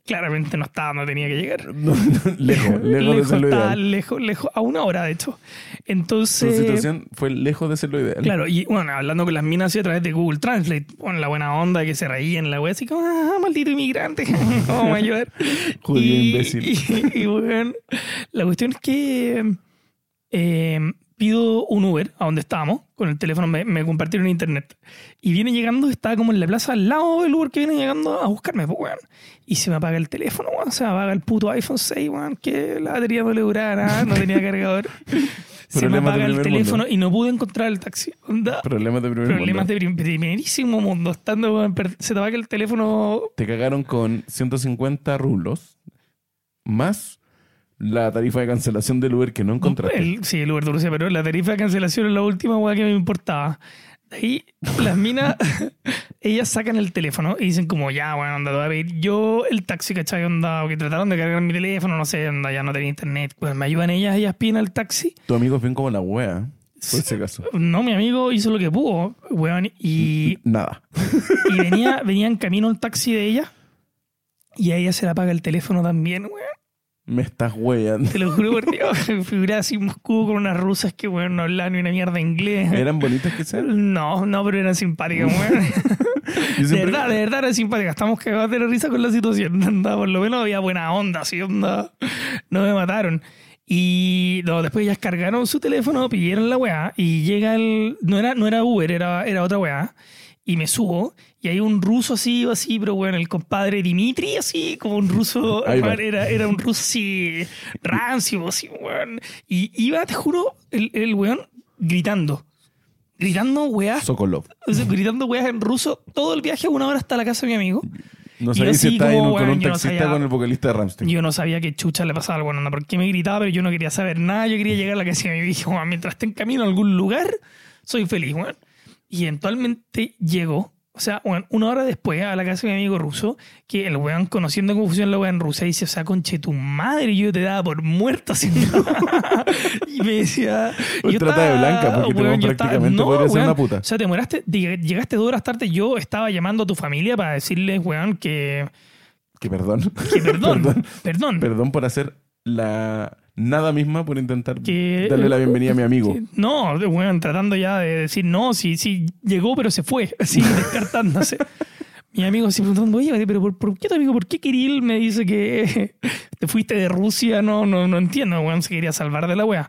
Claramente no estaba, no tenía que llegar.
No, no, lejos, lejos de ser lo
estaba
ideal.
lejos, lejos, a una hora de hecho.
Su
Entonces...
situación fue lejos de ser lo ideal.
Claro, y bueno, hablando con las minas y a través de Google Translate, con la buena onda que se reían, la wea así como, ah, maldito inmigrante, ¿cómo me va a ayudar?
Judío
Y-
imbécil.
Y, y, bueno, la cuestión es que eh, pido un Uber a donde estábamos, con el teléfono me, me compartieron internet. Y viene llegando, estaba como en la plaza al lado del Uber que viene llegando a buscarme, pues, weón. Y se me apaga el teléfono, weón. Se me apaga el puto iPhone 6, weón, que la batería no le duraba nada, no tenía cargador. se me
Problemas de
apaga el
primer
teléfono
mundo.
y no pude encontrar el taxi. Onda,
Problemas de primer
problemas
mundo.
de prim- primerísimo mundo. Estando, weón, per- se te apaga el teléfono.
Te cagaron con 150 rublos más la tarifa de cancelación del Uber que no encontraste.
El, sí, el Uber de Rusia, pero la tarifa de cancelación es la última weá que me importaba. De ahí las minas, ellas sacan el teléfono y dicen como, ya, bueno, onda, te voy a pedir yo el taxi, ¿cachai? Onda, o que trataron de cargar mi teléfono, no sé, onda, ya no tenía internet. Pues me ayudan ellas, ellas piden el taxi.
Tu amigo es bien como la wea. Por ese caso.
No, mi amigo hizo lo que pudo, weón, y,
Nada.
y venía, venía en camino el taxi de ella y a ella se le apaga el teléfono también, weón.
Me estás weando.
Te lo juro por Dios, figuraba así en Moscú con unas rusas que, weón, no hablaban ni una mierda de inglés.
¿Eran bonitas que ser?
No, no, pero eran simpáticas, weón.
Yo
De
siempre-
verdad, de verdad eran simpáticas. Estamos cagados de la risa con la situación. Anda, por lo menos había buena onda, sí, onda. No me mataron. Y no, después ellas cargaron su teléfono, pidieron la weá y llega el. No era, no era Uber, era, era otra weá. Y me subo y hay un ruso así, así, pero bueno, el compadre Dimitri, así, como un ruso.
Ahí va.
weón, Era, era un ruso así, rancio, así, weón. Y iba, te juro, el, el weón gritando. Gritando weás
Sokolov.
o sea, gritando weas en ruso todo el viaje, una hora hasta la casa de mi amigo.
No
Y
sabía
yo
si
sí,
estaba en
como,
un- con
weón,
un
yo no
taxista
sabía-
con el vocalista de Ramstein.
Yo no sabía qué chucha le pasaba al bueno, porque me gritaba, pero yo no quería saber nada. Yo quería llegar a la casa de mi amigo y dije, "Weón, mientras esté en camino a algún lugar, soy feliz, weón. Y eventualmente llegó, o sea, weón, una hora después a la casa de mi amigo ruso, que el weón, conociendo cómo funciona la weá en Rusia, dice, o sea, conche tu madre, yo te daba por muerto así. y me decía...
Pues trata de blanca, porque tu
weón,
mamá
yo estaba-
prácticamente podría ser una puta.
O sea, te moraste, llegaste dos horas tarde, yo estaba llamando a tu familia para decirles, weón, que...
Que perdón.
Que perdón, perdón.
Perdón por hacer la nada misma por intentar
Que-
darle la bienvenida a mi amigo.
No, de- weón, tratando ya de decir no, sí, sí, llegó, pero se fue, así descartándose. Mi amigo así preguntando, oye, pero ¿por, por qué tu amigo, por qué Kirill me dice que te fuiste de Rusia? No, no, no entiendo, weón, se quería salvar de la wea.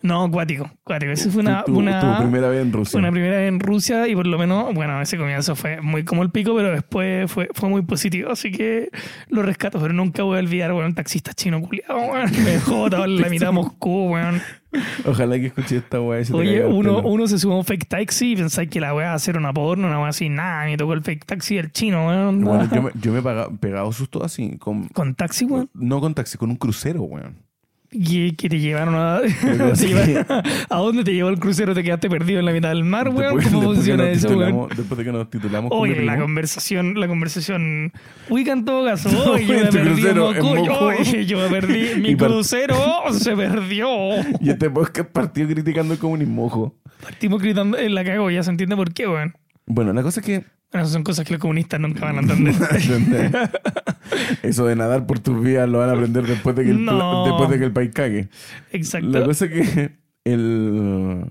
No, cuático, cuático. Esa fue una,
tu, tu-
una,
tu primera vez en Rusia.
fue una primera vez en Rusia y por lo menos, bueno, ese comienzo fue muy como el pico, pero después fue, fue muy positivo, así que lo rescato, pero nunca voy a olvidar, weón, taxista chino culiado, weón, me dejó botado en la mitad de Moscú, weón.
Ojalá que escuché esta weá. y se te
Oye,
caiga el
uno,
pelo.
uno se sube a un fake taxi y pensáis que la voy a hacer una porno, una weá así, nada, me tocó el fake taxi del chino, weón.
Bueno, yo me, yo me he paga- pegado susto así. Con,
Con taxi, weón.
no con taxi, con un crucero, weón.
Que, que te llevaron a.
Pero
te
sí.
llevaron- ¿A dónde te llevó el crucero? Te quedaste perdido en la mitad del mar, weón. ¿Cómo
después que
funciona
nos
eso,
titulamos-
weón?
Después de que nos titulamos con mi
Oye, la
primo,
conversación, la conversación. Uy, en todo caso, oye,
en
yo me
tu
perdí en
Este crucero, en
Moscú,
Moscú.
oye, yo me perdí, mi
Y par-
crucero oh, se perdió.
Y este podcast partió criticando el comunismo, ojo.
Partimos gritando en la cago, ya se entiende por qué, weón.
Bueno, la cosa es que
Bueno, esas son cosas que los comunistas nunca van a entender.
eso de nadar por tus vías lo van a aprender después de que el, pla-
No.
después de que el país cague.
Exacto.
La cosa es que el,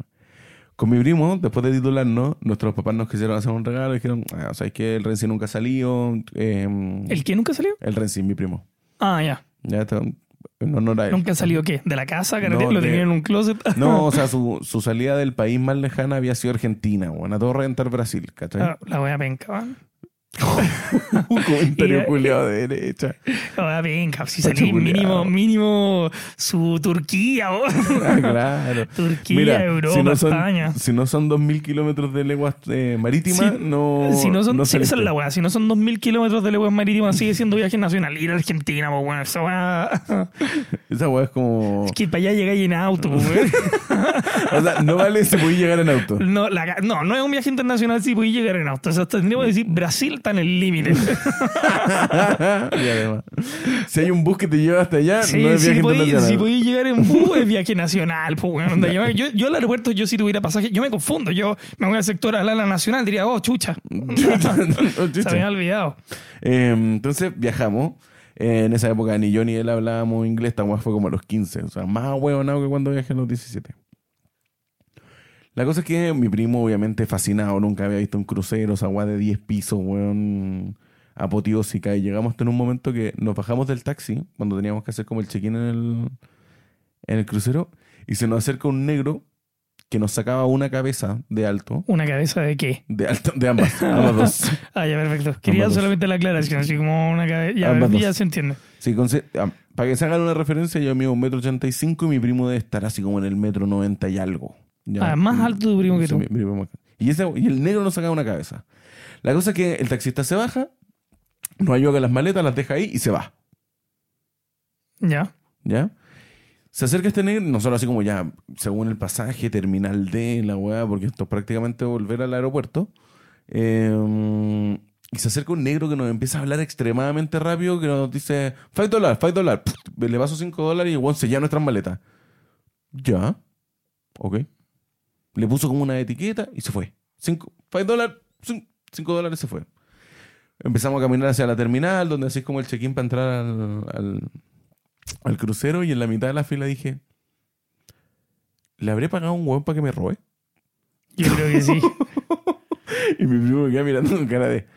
con mi primo, después de titularnos, nuestros papás nos quisieron hacer un regalo. Dijeron, ah, ¿sabes qué? El Renzi nunca salió. em,
¿El qué nunca salió?
el Renzi, mi primo.
Ah, ya.
Ya está, en honor a él.
¿Nunca salió qué? ¿De la casa? carete-
Eh, No,
¿Lo
de-
tenían en un closet?
No, o sea, su, su salida del país más lejana había sido Argentina, bueno, a todo reventar Brasil, ¿cachai?
Ah, la wea penca, weón.
Un comentario
Y-
culiado de derecha.
La wea penca. Si
Pacho
salí mínimo,
culiao.
mínimo su Turquía, weón.
Ah, claro.
Turquía, Europa,
no son,
España.
Si no son 2.000 kilómetros de leguas eh, marítimas,
Si-
no.
si no son, si esa
saliste.
es la wea. Si no son 2.000 kilómetros de leguas marítimas, sigue siendo viaje nacional. Ir a Argentina, pues, weón. Esa
Oh.
wea.
Esa weá es como.
Es que para allá llegáis en auto, po, weón.
O sea, no vale si podéis llegar en auto.
No, la ca- no, no es un viaje internacional si podéis llegar en auto. O sea, tendríamos que decir Brasil está en el límite.
Y además, si hay un bus que te lleva hasta allá,
Sí,
no es viaje
sí, podí,
internacional.
sí podí llegar en bus, es viaje nacional. po, weón. Onda, yo, yo, yo al aeropuerto, yo si tuviera pasaje, yo me confundo. Yo me voy al sector a la, nacional, diría, oh, chucha.
Oh,
Se
chucha.
me había olvidado.
Eh, entonces viajamos. Eh, en esa época ni yo ni él hablábamos inglés, tan fue como a los 15. O sea, más huevonado que cuando viajé a los 17. La cosa es que mi primo, obviamente, fascinado, nunca había visto un crucero, esa weá de 10 pisos, weón, apoteósica. Y llegamos hasta en un momento que nos bajamos del taxi, cuando teníamos que hacer como el check-in en el, en el crucero, y se nos acerca un negro que nos sacaba una cabeza de alto,
¿Una cabeza de qué?
de alto, de ambas, ambas dos.
Ah, ya, perfecto. Quería
Ambas dos.
solamente la aclaración, así como una cabeza. Ya,
Ambas
ya
dos.
se entiende.
Sí, conce- ah, para que se hagan una referencia, yo mido un metro ochenta y cinco y mi primo debe estar así como en el metro noventa y algo. Ya. Mm.
Ah, más alto tu primo que
Sí,
tú.
mi- mi primo. Y, ese- y el negro no sacaba una cabeza. La cosa es que el taxista se baja, nos ayuda con las maletas, las deja ahí y se va.
Ya.
¿Ya? Se acerca este negro, nosotros así como ya, según el pasaje, terminal D, la weá, porque esto es prácticamente volver al aeropuerto. Eh, y se acerca un negro que nos empieza a hablar extremadamente rápido, que nos dice, five dólares, five dólares. Pff, Le paso cinco dólares y el weón se lleva nuestras maletas. Ya. Ok. Le puso como una etiqueta y se fue. Cinco, five dólares, cin- cinco dólares se fue. Empezamos a caminar hacia la terminal, donde así es como el check-in para entrar al- al, al crucero y en la mitad de la fila dije, ¿le habré pagado a un huevón para que me robe?
Yo creo que sí.
Y mi primo me queda mirando con cara de,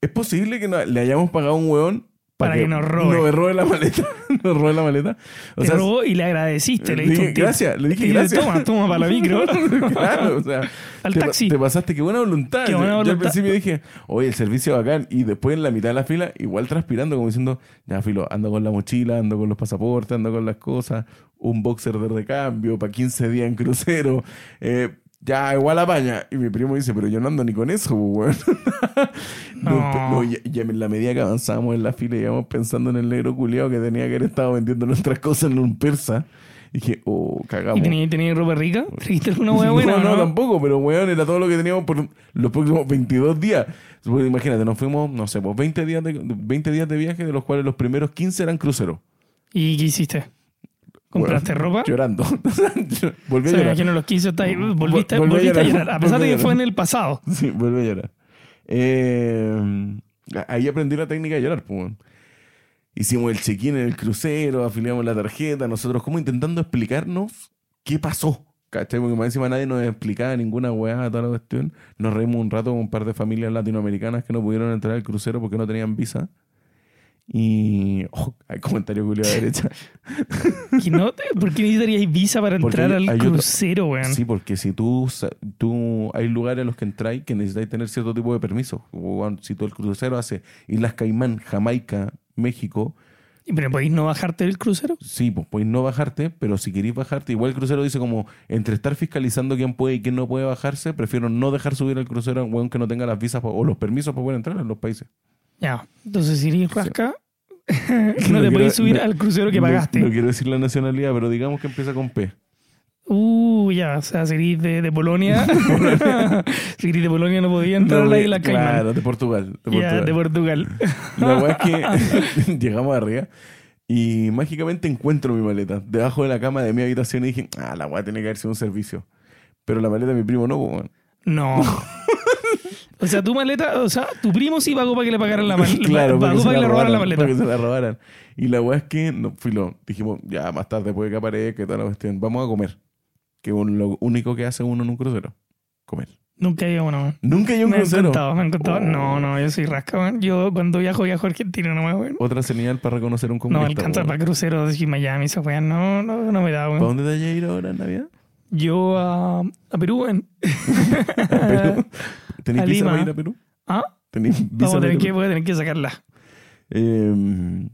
¿es posible que no- le hayamos pagado a un huevón
Para que nos robe.
No me robe la maleta, nos robe la maleta. O
Te
sea,
robó y le agradeciste. Le
le
diste un
dije,
tip.
gracias, le
Y
dije
le-
gracias.
Toma, toma para la micro.
claro, o sea,
Al
te, pa-
taxi.
te pasaste, qué buena voluntad.
Qué buena
Yo- Yo al
voluntad.
principio dije, oye, el servicio bacán. Y después en la mitad de la fila, igual transpirando, como diciendo, ya filo, ando con la mochila, ando con los pasaportes, ando con las cosas, un boxer de recambio para 15 días en crucero. eh, ya, igual apaña. Y mi primo dice, pero yo no ando ni con eso, pues, weón. Después- no, y- y en la medida que avanzábamos en la fila, íbamos pensando en el negro culiao que tenía que haber estado vendiendo nuestras cosas en un persa. Y dije, oh, cagamos.
¿Y tenía, tenía ropa rica? ¿Trajiste alguna hueá buena? o
No, no,
no?
tampoco, pero weón, era todo lo que teníamos por los próximos 22 días. Porque imagínate, nos fuimos, no sé, pues 20 días de, 20 días de viaje, de los cuales los primeros 15 eran cruceros.
¿Y qué hiciste? ¿Compraste
Weón,
ropa?
Llorando. Yo- volví
O sea, me
a llorar.
imagino los 15 está ahí.
Vol-
Volviste,
volví a
volviste a
llorar.
llorar. A pesar
Volví
de
a
que
llorar.
fue en el pasado.
Sí, volví a llorar. Eh, ahí aprendí la técnica de llorar, pues. weón. Hicimos el check-in en el crucero, afiliamos la tarjeta, nosotros como intentando explicarnos qué pasó. ¿Cachai? Porque más encima nadie nos explicaba ninguna weá, toda la cuestión. Nos reímos un rato con un par de familias latinoamericanas que no pudieron entrar al crucero porque no tenían visa. Y. Oh, hay comentario culiado a la derecha.
Y no te- ¿Por qué necesitarías visa para
Porque
entrar
hay
al
otro-
crucero, weón?
Sí, porque si tú, sa- tú hay lugares a los que entráis que necesitáis tener cierto tipo de permiso. Weón, si todo el crucero hace Islas Caimán, Jamaica, México,
¿Y ¿Pero podéis no bajarte del crucero?
sí, pues podéis no bajarte, pero si queréis bajarte, igual el crucero dice como entre estar fiscalizando quién puede y quién no puede bajarse, prefiero no dejar subir al crucero a un weón que no tenga las visas pa- o los permisos para poder entrar en los países.
Ya. Entonces, si eres rasca,
No
no te
quiero-
podéis subir
no-
al crucero que
No-
pagaste.
No, quiero decir la nacionalidad, pero digamos que empieza con P.
Uh, ya, o sea, si eres de, de Polonia, si eres de Polonia no podía entrar
No,
a la
de-
isla Caimán.
Claro, de Portugal. de
Ya,
Portugal.
de Portugal.
La weá es que llegamos arriba y mágicamente encuentro mi maleta debajo de la cama de mi habitación y dije, ah, la weá tiene que haber sido un servicio. Pero la maleta de mi primo no, po, weón.
No. O sea, tu maleta, o sea, tu primo sí pagó para que le pagaran la maleta.
para
pagó
se
para que le robaran la
para que
maleta.
se la robaran. Y la weá es que no, filo, dijimos, ya más tarde puede que aparezca y toda la cuestión, vamos a comer. Que un- lo único que hace uno en un crucero, comer.
Nunca he ido a una, weón.
Nunca hay un
Me han
crucero.
contado, me han contado.
Oh.
No, no, yo soy rasca, weón. Yo cuando viajo, viajo a Argentina, no me weón.
Otra señal para reconocer un
No
comunista.
me alcanza
po,
para
weón.
cruceros y Miami, esa weá. No, no, no me da,
¿Para
weón.
dónde te vas a ir ahora en Navidad?
Yo a, a Perú, weón.
¿A Perú? ¿Tenés
A
visa para
Lima.
ir a Perú?
Ah,
¿Tenés
vamos
visa
a
para
tener
ir a Perú?
que, voy a tener que sacarla.
Eh,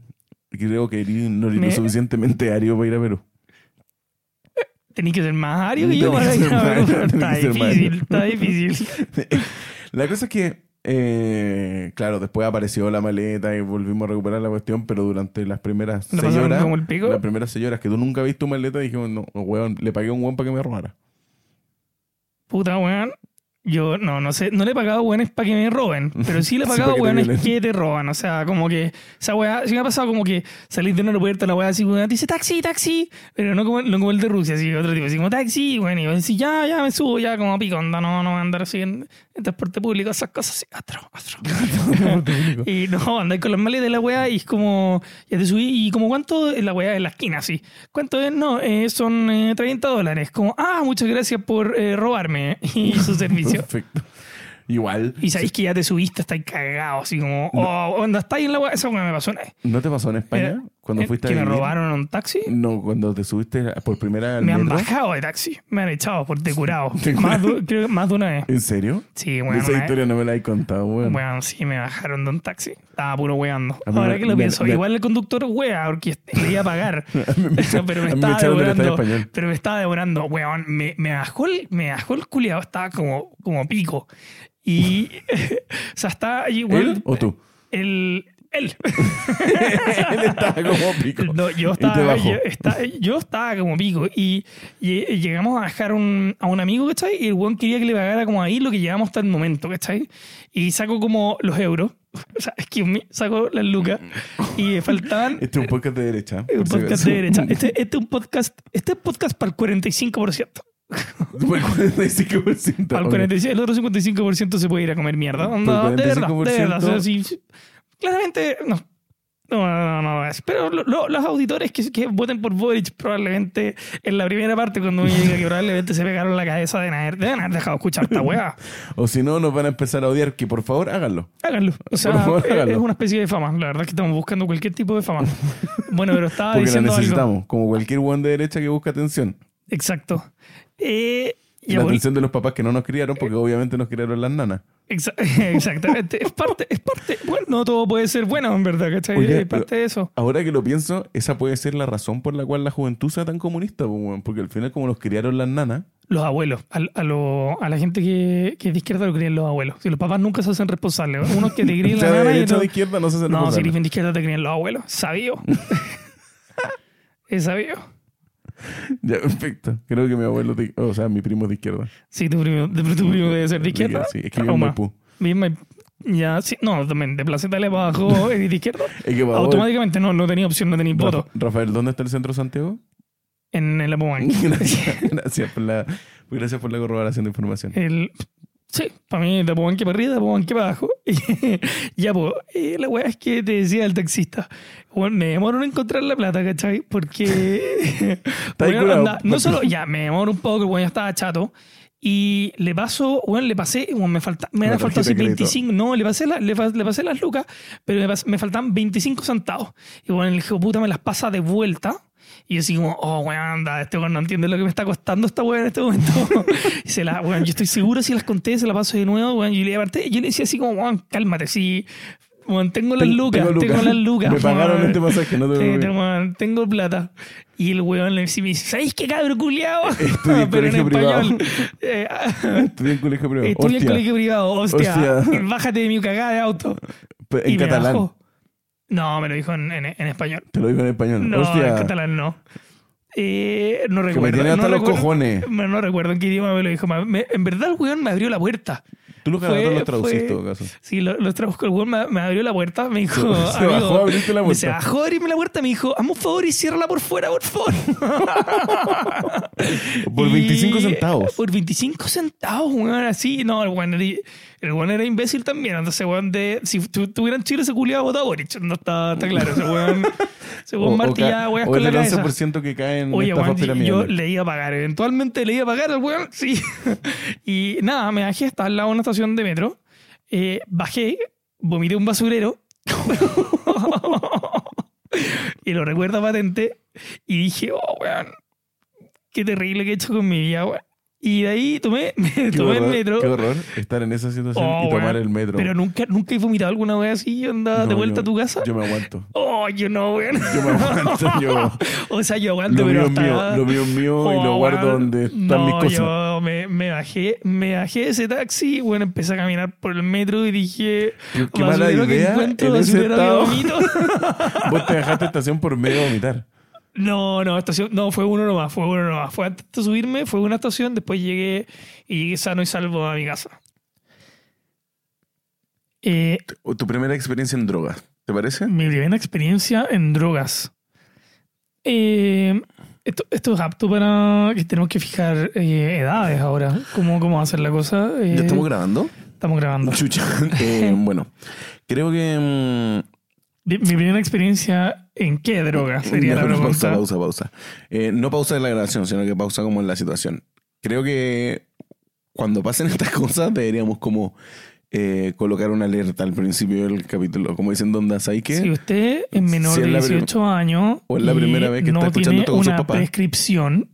creo que Eri no eres
Me-
lo suficientemente ario para ir a Perú.
Tenés que ser más ario que yo
Tenés
para
que
ir
ser
a
más-
Perú.
tenés que
Está
ser más
difícil,
ario.
está difícil.
La cosa es que, eh, claro, después apareció la maleta y volvimos a recuperar la cuestión, pero durante las primeras
¿La
seis
pasaron
horas,
como el pico?
las primeras seis horas que tú nunca viste tu maleta, dijimos, no, weón, le pagué a un weón para que me robara.
Puta, weón. Yo no, no sé, no le he pagado weones para que me roben, pero sí le he
Sí,
pagado
pa' que te
weones
violen.
que te roban. O sea, como que esa weá, sí me ha pasado como que salís de un aeropuerto, la weá así, weón, te dice taxi, taxi, pero no como, no como el de Rusia, así, otro tipo, así como taxi, weón, y yo decís, ya, ya me subo, ya, como piconda, no, no voy a andar así en, en transporte público, esas cosas así, atro, atro. y no, andáis con las maletas de la weá y es como, ya te subí, y como cuánto es la weá en la esquina, así. ¿Cuánto es? No, eh, son eh, 30 dólares. Como, ah, muchas gracias por eh, robarme y su servicio.
Perfecto. Igual,
Y sabéis que ya te subiste, estáis cagados, así como, oh, onda, estáis en la weá. Esa weá me pasó una vez.
¿no te pasó en España?
Era-
Cuando
Eh,
fuiste a
¿Que me
vivir-
robaron un taxi?
No, cuando te subiste por primera vez al
Me han
metro.
bajado de taxi. Me han echado por decorado.
De
Más
curado.
de, creo que más de una vez.
¿En serio?
Sí,
De
bueno.
esa historia no me la he contado, weón.
Weón, sí, me bajaron de un taxi. Estaba puro weando.
A mí
Ahora
me-
que lo
me-
pienso,
me-
igual el conductor wea, porque le iba a pagar. pero me
a mí
estaba
me echaron del Estadio
devorando.
Español.
Pero me estaba devorando. Weón, me, me bajó el, me bajó el culiado, estaba como, como pico. Y. o sea, estaba allí, weón.
¿Él o tú?
El. Él.
Él estaba como pico.
No, yo,
Y te
estaba,
bajó.
yo, esta- yo estaba como pico. Y, y- y llegamos a bajar un- a un amigo, ¿cachai? Y el weón quería que le pagara como ahí lo que llevamos hasta el momento, ¿cachai? Y saco como los euros. O sea, excuse me, saco las lucas. Y me faltaban.
Este es un podcast de derecha.
Un
por si
podcast
acaso.
de derecha. Este, este, un podcast, este es podcast para el 45%.
Por el 45%.
Al
ok.
45, el otro 55% se puede ir a comer mierda.
Por
No, de verdad, de
45%.
verdad. o sea, sí, sí. claramente, no. No, no, no, no, es- Pero lo- lo- los auditores que, que voten por Boric probablemente en la primera parte cuando me diga que probablemente se pegaron la cabeza de haber, deben haber dejado escuchar esta weá.
O si no, nos van a empezar a odiar. Que por favor, háganlo.
Háganlo. O sea,
Por favor,
es-
háganlo.
es una especie de fama. La verdad es que estamos buscando cualquier tipo de fama. Bueno, pero estaba Ah,
Porque la
diciendo algo.
necesitamos. Como cualquier one de derecha que busca atención.
Exacto. Eh, ya Eh.
la
vol-
atención de los papás que no nos criaron, porque obviamente nos criaron las nanas.
Exa- Exactamente. Es parte, es parte. Bueno, no todo puede ser bueno, en verdad, ¿cachai?
Oye,
es parte de eso.
Ahora que lo pienso, esa puede ser la razón por la cual la juventud sea tan comunista, pues, weón, porque al final como los criaron las nanas,
Los abuelos, al- a, lo- a la gente que, que es de izquierda lo crían los abuelos. Si los papás nunca se hacen responsables. Unos que te
o
crían
sea,
la
de
nana y
derecha o
otros-
de izquierda no se hacen
No, si
responsables.
eres de izquierda te crían los abuelos. Sabio. es sabio.
Ya, perfecto. Creo que mi abuelo, de- o sea, mi primo es de izquierda.
Sí, tu primo, de- tu primo debe ser de izquierda.
Sí, es que vive en
Trauma.
Maipú.
Bien, me- Ya, sí, no, también de Placeta le bajó eres de izquierda.
Es que, por favor,
Automáticamente no, no tenía opción, no tenía voto
Rafa- Rafael, ¿dónde está el centro de Santiago?
en el Apuanca.
Gracias, gracias, por la, gracias por la corroboración de información.
El, sí, para mí, de que para arriba, de que para abajo. ya, pues, la weá es que te decía el taxista, bueno, me demoro en encontrar la plata, ¿cachai? Porque.
ahí
weón,
curado.
anda, no solo, ya, me demoro un poco, bueno, ya estaba chato. Y le paso, bueno, le pasé, bueno, me falta, me
La
han faltado
tarjeta de
así
crédito.
25, no, le pasé, la- le, pas- le pasé las lucas, pero me, pas- me faltan 25 centavos. Y bueno, el hijo puta me las pasa de vuelta. Y yo así como, oh, weón, anda, este weón no entiende lo que me está costando esta weón en este momento. y se la, weón, yo estoy seguro si las conté, se la paso de nuevo, weón. Y le aparte, yo le decía así como, weón, cálmate, sí, weón, tengo las
Ten-
lucas, tengo,
lucas.
las lucas.
Me pagaron
weón.
este pasaje, no te
Sí,
preocupes.
tengo, tengo plata. Y el weón le sí me dice, ¿sabéis qué cabro culiao?
Estudié en colegio privado.
Eh,
Estudié en colegio privado.
estudié en
Hostia,
colegio privado, hostia.
Hostia.
Bájate de mi cagada de auto.
pe- en
Y me
catalán.
bajó. No, me lo dijo en, en- en español.
Te lo digo en español.
No,
Hostia,
en catalán no. Eh, no
que me
recuerdo.
tiene hasta
no
los
recuerdo-
cojones.
No, no recuerdo en qué idioma me lo dijo. Me- en verdad, el weón me abrió la puerta.
Tú los
Fue-
ganaron los traduciste,
fue-
en todo caso.
Sí, lo, lo trajo el weón, me, me abrió la puerta, me dijo.
Se- se
"Amigo",
bajó a abrirte la puerta.
Se bajó a abrirme la puerta, me dijo, hazme un favor y ciérrala por fuera, por favor.
Por
Y- eh,
25 centavos.
Por 25 centavos, weón, así. No, el weón era, el weón era imbécil también. Entonces, weón, de, si tu- tuvieran Chile, se culiaba votado Boric. No está, está claro. Ese weón, ese
O-
weón
o
martillaba,
ca-
weas
o
con la
el
cabeza.
11% que cae en
Oye,
estafas
weón, yo- yo
piramidales.
le iba a pagar, eventualmente le iba a pagar al weón, sí. y nada, me bajé, estaba al lado de una estación de metro, eh, bajé, vomité un basurero, y lo recuerdo patente, y dije, oh, weón, qué terrible que he hecho con mi vida, weón. Y de ahí tomé, me
Qué
tomé el
horror,
metro.
Qué horror estar en esa situación
Oh,
y tomar
weón,
el metro.
Pero nunca, nunca he vomitado alguna vez así, onda, de
No,
vuelta
yo-
a tu casa.
Yo me aguanto.
oh, yo no, weón.
Yo me aguanto. yo-
o sea, yo aguanto,
lo
pero
mío es
hasta...
mío, lo mío es mío y lo
Oh,
guardo
weón.
donde están
no,
mis cosas.
Yo me, me bajé, me bajé de ese taxi, bueno, empecé a caminar por el metro y dije,
Qué- qué mala
"Basurero que
idea,
encuentro,
en ese
basurero que
estado".
vomito.
Vos te dejaste estación por medio de vomitar.
No, no, estación, no, fue uno nomás, fue uno nomás. Fue antes de subirme, fue una estación, después llegué y llegué sano y salvo a mi casa. Eh,
O tu primera experiencia en drogas, ¿te parece?
mi primera experiencia en drogas. Eh, esto, esto es apto para que tenemos que fijar eh, edades ahora. ¿Cómo, ¿Cómo va a ser la cosa? Eh,
¿Ya estamos grabando?
Estamos grabando.
Chucha. Eh, bueno, creo que... mm,
Mi mi primera experiencia en qué droga Ah, sería la
No, Pausa,
pregunta.
pausa, pausa. Eh, no pausa en la grabación, sino que pausa como en la situación. Creo que cuando pasen estas cosas deberíamos como eh, colocar una alerta al principio del capítulo, como dicen Donda, ¿sabes qué?
Si usted es menor
Si es
de
la prim-
18 años
o es la
y
primera vez que
no
está
tiene
escuchando esto con su
una
papá.
prescripción,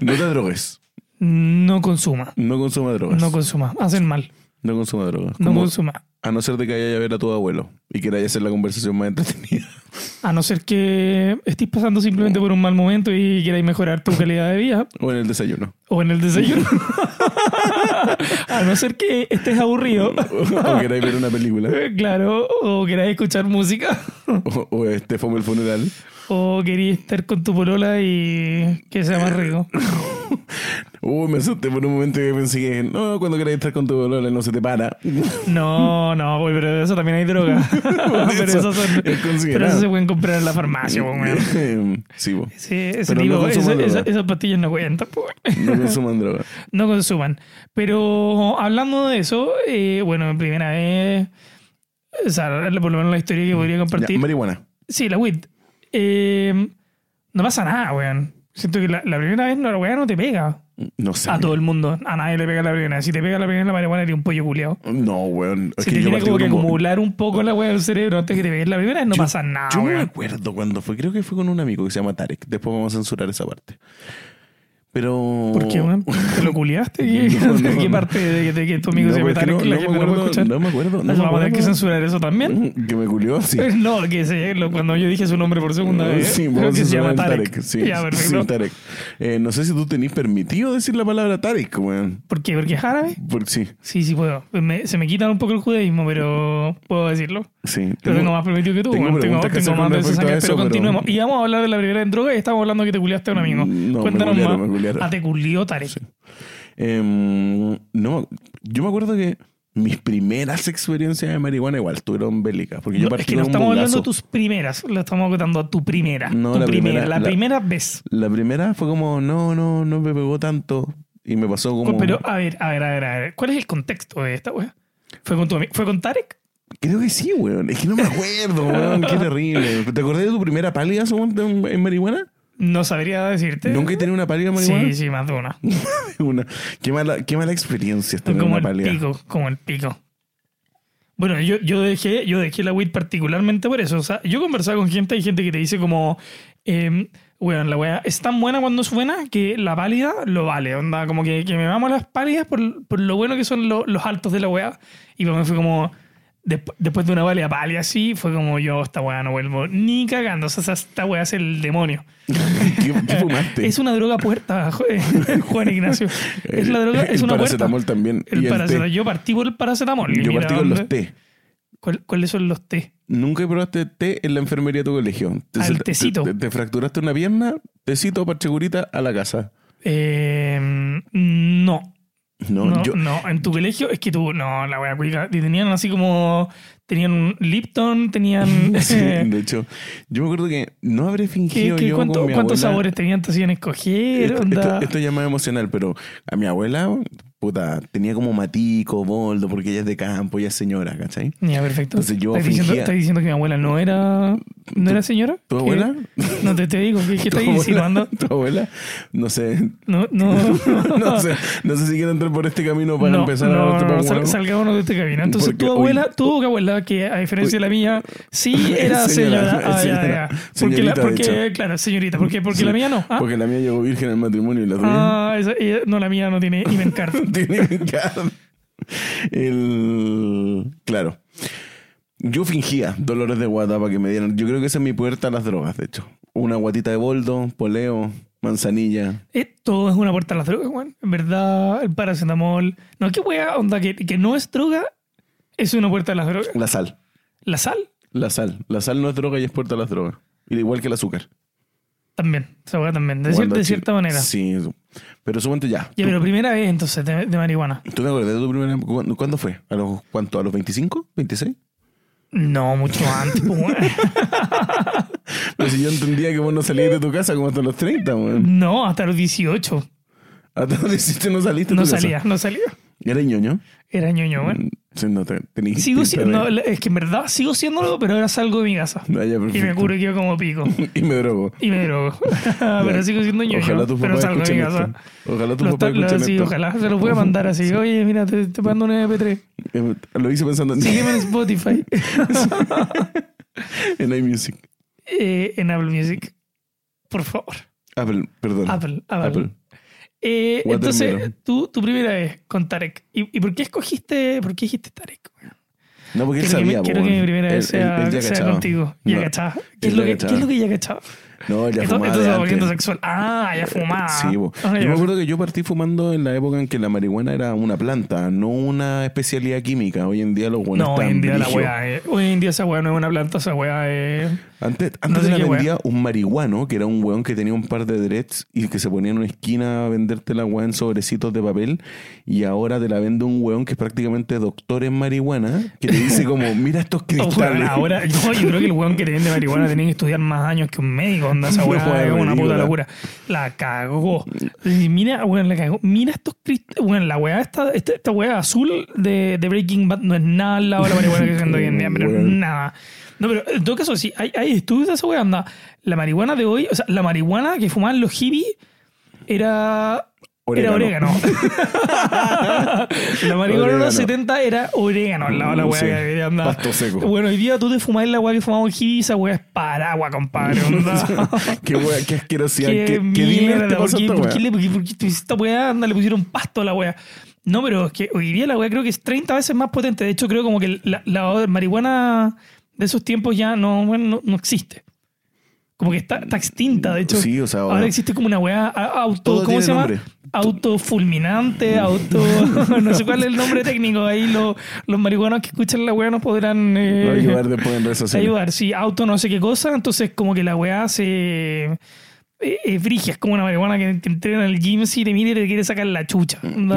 No te drogues.
no consuma.
No consuma drogas.
No consuma. Hacen mal.
No consuma drogas.
No
Como-
consuma.
A no ser de que vaya a ver a tu abuelo y queráis hacer la conversación más entretenida.
A no ser que estés pasando simplemente por un mal momento y queráis mejorar tu calidad de vida
O en el desayuno.
o en el desayuno. a no ser que estés aburrido.
o queráis ver una película.
Claro, o queráis escuchar música,
O, o este fome el funeral.
o queréis estar con tu polola y que sea más rico.
Uh, me asusté por un momento que pensé que no, cuando queráis estar con tu dolor no se te para.
No, no, güey, pero de eso también hay droga. pero,
eso
eso son-
es considerado.
pero eso se pueden comprar en la farmacia, güey, güey.
sí, pues. po.
Sí, ese
Pero no
tipo,
consuman
esa-
droga.
esa- esas pastillas no cuentan, po, güey.
no consuman droga.
No consuman. Pero hablando de eso, eh, bueno, primera vez, o sea, por lo menos la historia que podría
Mm, Ya,
compartir.
marihuana.
Sí, la WIT. Eh, no pasa nada, weón. Siento que la, la primera vez no, la weá no te pega
No sé.
a todo el mundo. A nadie le pega la primera. Si te pega la primera la marihuana eres un pollo culiao.
No, weón. Es
Si
que
te
yo
tiene
partí
como que
con un bo-
acumular un poco la weá del cerebro antes que te pegues la primera no
Yo-
pasa nada,
Yo no me
weón.
acuerdo cuándo fue. Creo que fue con un amigo que se llama Tarek. Después vamos a censurar esa parte. Pero.
¿Por qué, weón? ¿Te lo culiaste? ¿Qué,
No, no,
¿de qué
no.
parte de, que- de que tu amigo
No,
se
pero es
meta
que
en
no-
la
no
gente no
me
lo puede
acuerdo,
escuchar?
no me acuerdo, no
Entonces
me
Vamos a tener que
acuerdo.
censurar eso también.
Que me culió, sí.
No, que se, lo- cuando yo dije su nombre por segunda vez,
Sí,
¿eh? creo
vamos
que
a
se llama
censurar el
Tarek.
Sí,
ya,
sí,
perfecto.
Tarek. Eh, no sé si tú tenés permitido decir la palabra Tarek, weón.
¿Por qué? ¿Porque es árabe?
Por- sí,
Sí, sí puedo. Me- se me quita un poco el judaísmo, pero puedo decirlo.
sí.
Lo tengo más permitido que tú.
tengo
bueno,
preguntas que hacer
más
con
de esas
respecto a
acá, pero
eso, pero-
continuemos. Y vamos a hablar de la primera en droga y estamos hablando que te culiaste a un amigo.
Mm, No, me
Cuéntanos
culiaron,
más.
me culiaron.
Ah, te culió Tarek.
Em, no, yo me acuerdo que mis primeras experiencias de marihuana igual tuvieron bélicas. Porque yo
No,
partí
es que no
con un
estamos hablando
bongazo.
de tus primeras, lo estamos acotando a tu primera.
No,
tu
la primera,
la,
la-
primera vez.
La primera fue como, no, no, no me pegó tanto. Y me pasó como.
Pero a ver, a ver, a ver, a ver. ¿Cuál es el contexto de esta wea? ¿Fue con tu ami- ¿Fue con Tarek?
Creo que sí, weón. Es que no me acuerdo, weón. Qué terrible. ¿Te acordás de tu primera pálida según, en, en marihuana?
No sabría decirte.
¿Nunca he tenido una pálida en marihuana?
Sí, sí, más de una.
Una- qué, mala, qué mala experiencia es tener
como
una
el
pálida.
pico, como el pico. Bueno, yo, yo dejé, yo dejé la WIT particularmente por eso. O sea, yo conversaba con gente, hay gente que te dice como, eh, weón, la weá es tan buena cuando es buena que la pálida lo vale. Onda, como que, que me vamos las pálidas por, por lo bueno que son lo- los altos de la weá. Y para mí fue como, desp- después de una pálida pálida así, fue como yo, esta weá no vuelvo ni cagando. O sea, esta weá es el demonio.
¿Qué, qué fumaste?
Es una droga puerta, Juan Ignacio. Es la droga,
Eh, El
es una puerta.
paracetamol también.
El
y el té.
paracetamol. Yo partí por el paracetamol. y
Yo
mira
partí con
dónde-
los té.
¿Cuál- ¿Cuáles son los té?
Nunca probaste té en la enfermería de tu colegio. Te,
Ah, el tecito.
Te, te fracturaste una pierna, tecito, parche curita, a la casa.
Eh, no.
No,
No,
yo.
no. en tu colegio es que tú, no, la wea cuica. Y Tenían así como, tenían un Lipton, tenían...
Sí,
eh,
de hecho, yo me acuerdo que no habré
¿qué-
fingido
qué-
yo
cuánto-
con mi
¿Cuántos
abuela-
sabores tenían? Te hacían escoger,
Esto,
onda.
esto- esto ya es más emocional, pero a mi abuela, puta, tenía como matico, boldo, porque ella es de campo, ella es señora, ¿cachai?
Ya, perfecto.
Entonces yo
¿Estás diciendo,
fingía-
estás diciendo que mi abuela no era, no era señora?
¿Tu
¿Qué?
abuela?
No te, te digo, ¿qué, qué
¿Tu
estás
abuela-
insinuando?
Tu abuela, no sé,
No, no.
no sé, no sé si quiero entrar por este camino para empezar a
no,
hablar de
no,
papá
sal-
huevo.
salgámonos de este camino. Entonces,
Porque
tu
hoy-
abuela, tu abuela, que a diferencia de la mía, sí era
Es
señora.
señora,
Ah,
es
ya, ya.
señora.
Porque, la,
Señorita, de
porque claro, señorita. Porque, porque
Sí,
la mía no. ¿ah?
Porque la mía llegó virgen al matrimonio y la tuya
Ah, esa- ella- no, la mía no tiene Imen Card.
tiene que quedar. El... Claro. Yo fingía dolores de guata para que me dieran. Yo creo que esa es mi puerta a las drogas, de hecho. Una guatita de boldo, poleo, manzanilla.
Esto Eh, es una puerta a las drogas, Juan. En verdad, el paracetamol. No, qué wea, onda, que, que no es droga, es una puerta a las drogas.
La sal.
La sal
La sal. La sal no es droga y es puerta a las drogas. Y Igual que el azúcar.
también. Esa wea también. De, cier-
Cuando
de
chi-
cierta manera.
Sí. eso. Pero suponte ya.
Ya,
¿Tú-
pero primera vez entonces de, de marihuana.
¿Tú, te acuerdas de tu primera... cu- ¿Cuándo fue? ¿A los cuánto? ¿A los 25? ¿26?
No, mucho antes, pues, weón.
Pero si yo entendía que vos no salías de tu casa como hasta los 30, weón.
No, hasta los 18.
Hasta los 17 no saliste de
No
tu casa.
salía, no salía.
¿Era ñoño? Mm,
Era ñoño, bueno.
Sí, no, te- tení
Sigo
pinta
siendo,
de-
no, es que en verdad sigo siéndolo, pero ahora salgo de mi casa.
Ah, ya,
Y me
perfecto.
curo que yo como pico.
Y me drogo.
Y me drogo. pero sigo siendo ñoño.
Ojalá tu
pero
papá
salgo de mi
escuche
casa.
esto. Ojalá tu
Los
papá
to- los-
escuche
sí,
esto.
ojalá. Se los voy a mandar así. Oye, mira, te, te mando un MP3.
Eh, Lo hice pensando en,
Sígueme en Spotify.
en iMusic.
Eh, en Apple Music. Por favor.
Apple, perdón.
Apple, Apple.
Apple.
Eh,
Watermelon.
entonces, tú, tu primera vez con Tarek. ¿Y, y por qué escogiste, por qué dijiste Tarek?
No, porque él
Quiero, que,
sabía.
mi-
po,
quiero que
bueno.
mi primera vez
Él- él-
sea,
él ya
sea
cachaba.
contigo. Ya
No.
cachaba. ¿Qué,
Él
es lo
ya
que,
cachaba.
¿Qué es lo que ya cachaba?
No, él ya
Esto-
fumaba
esto
de
se va volviendo
antes. Eh,
sexual. Ah, ya fumaba.
Sí, po.
Ah,
yo
ya.
me acuerdo que yo partí fumando en la época en que la marihuana era una planta, no una especialidad química. Hoy en día los buenos
no, hoy
están
en día la
brígidos.
weá. eh, hoy en día esa weá no es una planta, esa weá es.
Antes,
No
antes
sé
la
qué
vendía un marihuano, que era un weón que tenía un par de dreads y que se ponía en una esquina a venderte la weá en sobrecitos de papel. Y ahora te la vende un weón que es prácticamente doctor en marihuana, que te dice como, mira estos
Oh,
cristales.
weón, ahora, no, yo creo que el weón que te vende marihuana tenía que estudiar más años que un médico, onda, esa
No,
weá
weón,
es una puta
ridícula.
locura. La cagó. Y mira, weón, la cagó. Mira estos cristales. Weón, la weá, esta, esta, esta weá azul de, de Breaking Bad no es nada al lado de la marihuana que se vende hoy en día, pero
Weón.
nada. No, pero en todo caso, sí, hay, hay estudios de esa weá, anda. La marihuana de hoy, o sea, la marihuana que fumaban los hippies era. Era
Orégano.
orégano. la marihuana de
Orégano.
los 70 era orégano al lado de la
Mm,
weá
sí.
que anda.
Pasto seco.
Bueno, hoy día tú te fumás la weá que fumamos aquí y esa weá es paraguas, compadre. onda.
qué wea, qué asquerosidad.
Qué
Qué, qué dealer te
mierda, ¿por
pasó
qué,
esta
por
wea?
qué le- por qué- por qué te hiciste esta weá? Anda, le pusieron pasto a la weá. No, pero es que hoy día la weá creo que es 30 veces más potente. De hecho, creo como que la, la marihuana de esos tiempos ya no, bueno, no, no existe. Como que está, está extinta, de hecho.
Sí, o sea,
ahora
ahora-
existe como una weá a- auto.
Todo
¿Cómo
tiene
se llama?
nombre.
Autofulminante, auto. no sé cuál es el nombre técnico. Ahí lo- los marihuanos que escuchan la weá nos podrán. eh,
Lo voy a ayudar después en redes sociales.
ayudar, sí, auto no sé qué cosa, entonces como que la weá se... eh, Es brigia, es como una marihuana que te entrena en el gym si te mira y te quiere sacar la chucha. Onda.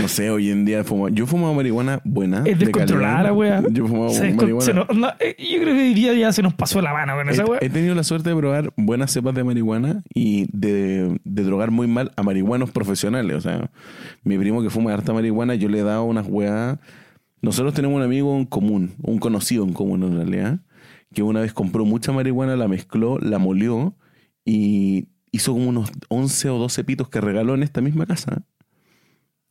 No sé, hoy en día fumo. Yo fumaba marihuana buena.
es
de calidad.
descontrolada la weá.
Yo fumaba
Se descon-
marihuana.
se nos- no, eh, yo creo que hoy día ya se nos pasó la mano con esa weá.
He, he tenido la suerte de probar buenas cepas de marihuana y de, de drogar muy mal a marihuanos profesionales. O sea, mi primo que fuma harta marihuana, yo le he dado unas weas. Nosotros tenemos un amigo en común, un conocido en común en realidad, que una vez compró mucha marihuana, la mezcló, la molió y hizo como unos 11 o 12 pitos que regaló en esta misma casa.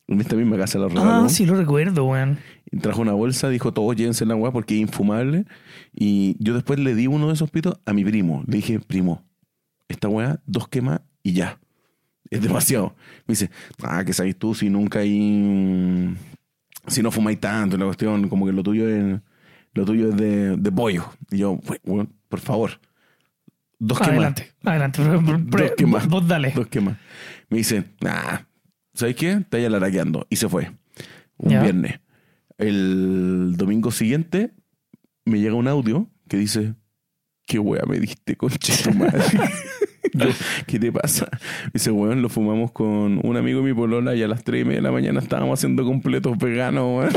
En esta misma casa la regaló.
Ah, sí, lo recuerdo, weón.
Y trajo una bolsa, dijo todos llévense la weá porque es infumable. Y yo después le di uno de esos pitos a mi primo. Le dije, primo, esta weá, dos quemas y ya. Es demasiado. Me dice, ah, que sabes tú si nunca hay. Si no fumáis tanto, la cuestión, como que lo tuyo es. Lo tuyo es de, de pollo. Y yo, "We- weón, por favor. Dos quemas.
Adelante, adelante. Pre- pre-
Dos quemas.
vos dale.
Dos quemas. Me dice, nah, ¿sabes qué? Está ya laraqueando. Y se fue. Un
Ya.
viernes. El domingo siguiente me llega un audio que dice, ¿qué wea me diste, conche tu madre? Yo, ¿Qué te pasa? Dice, weón, lo fumamos con un amigo de mi polola y a las 3 y media de la mañana estábamos haciendo completos veganos, weón.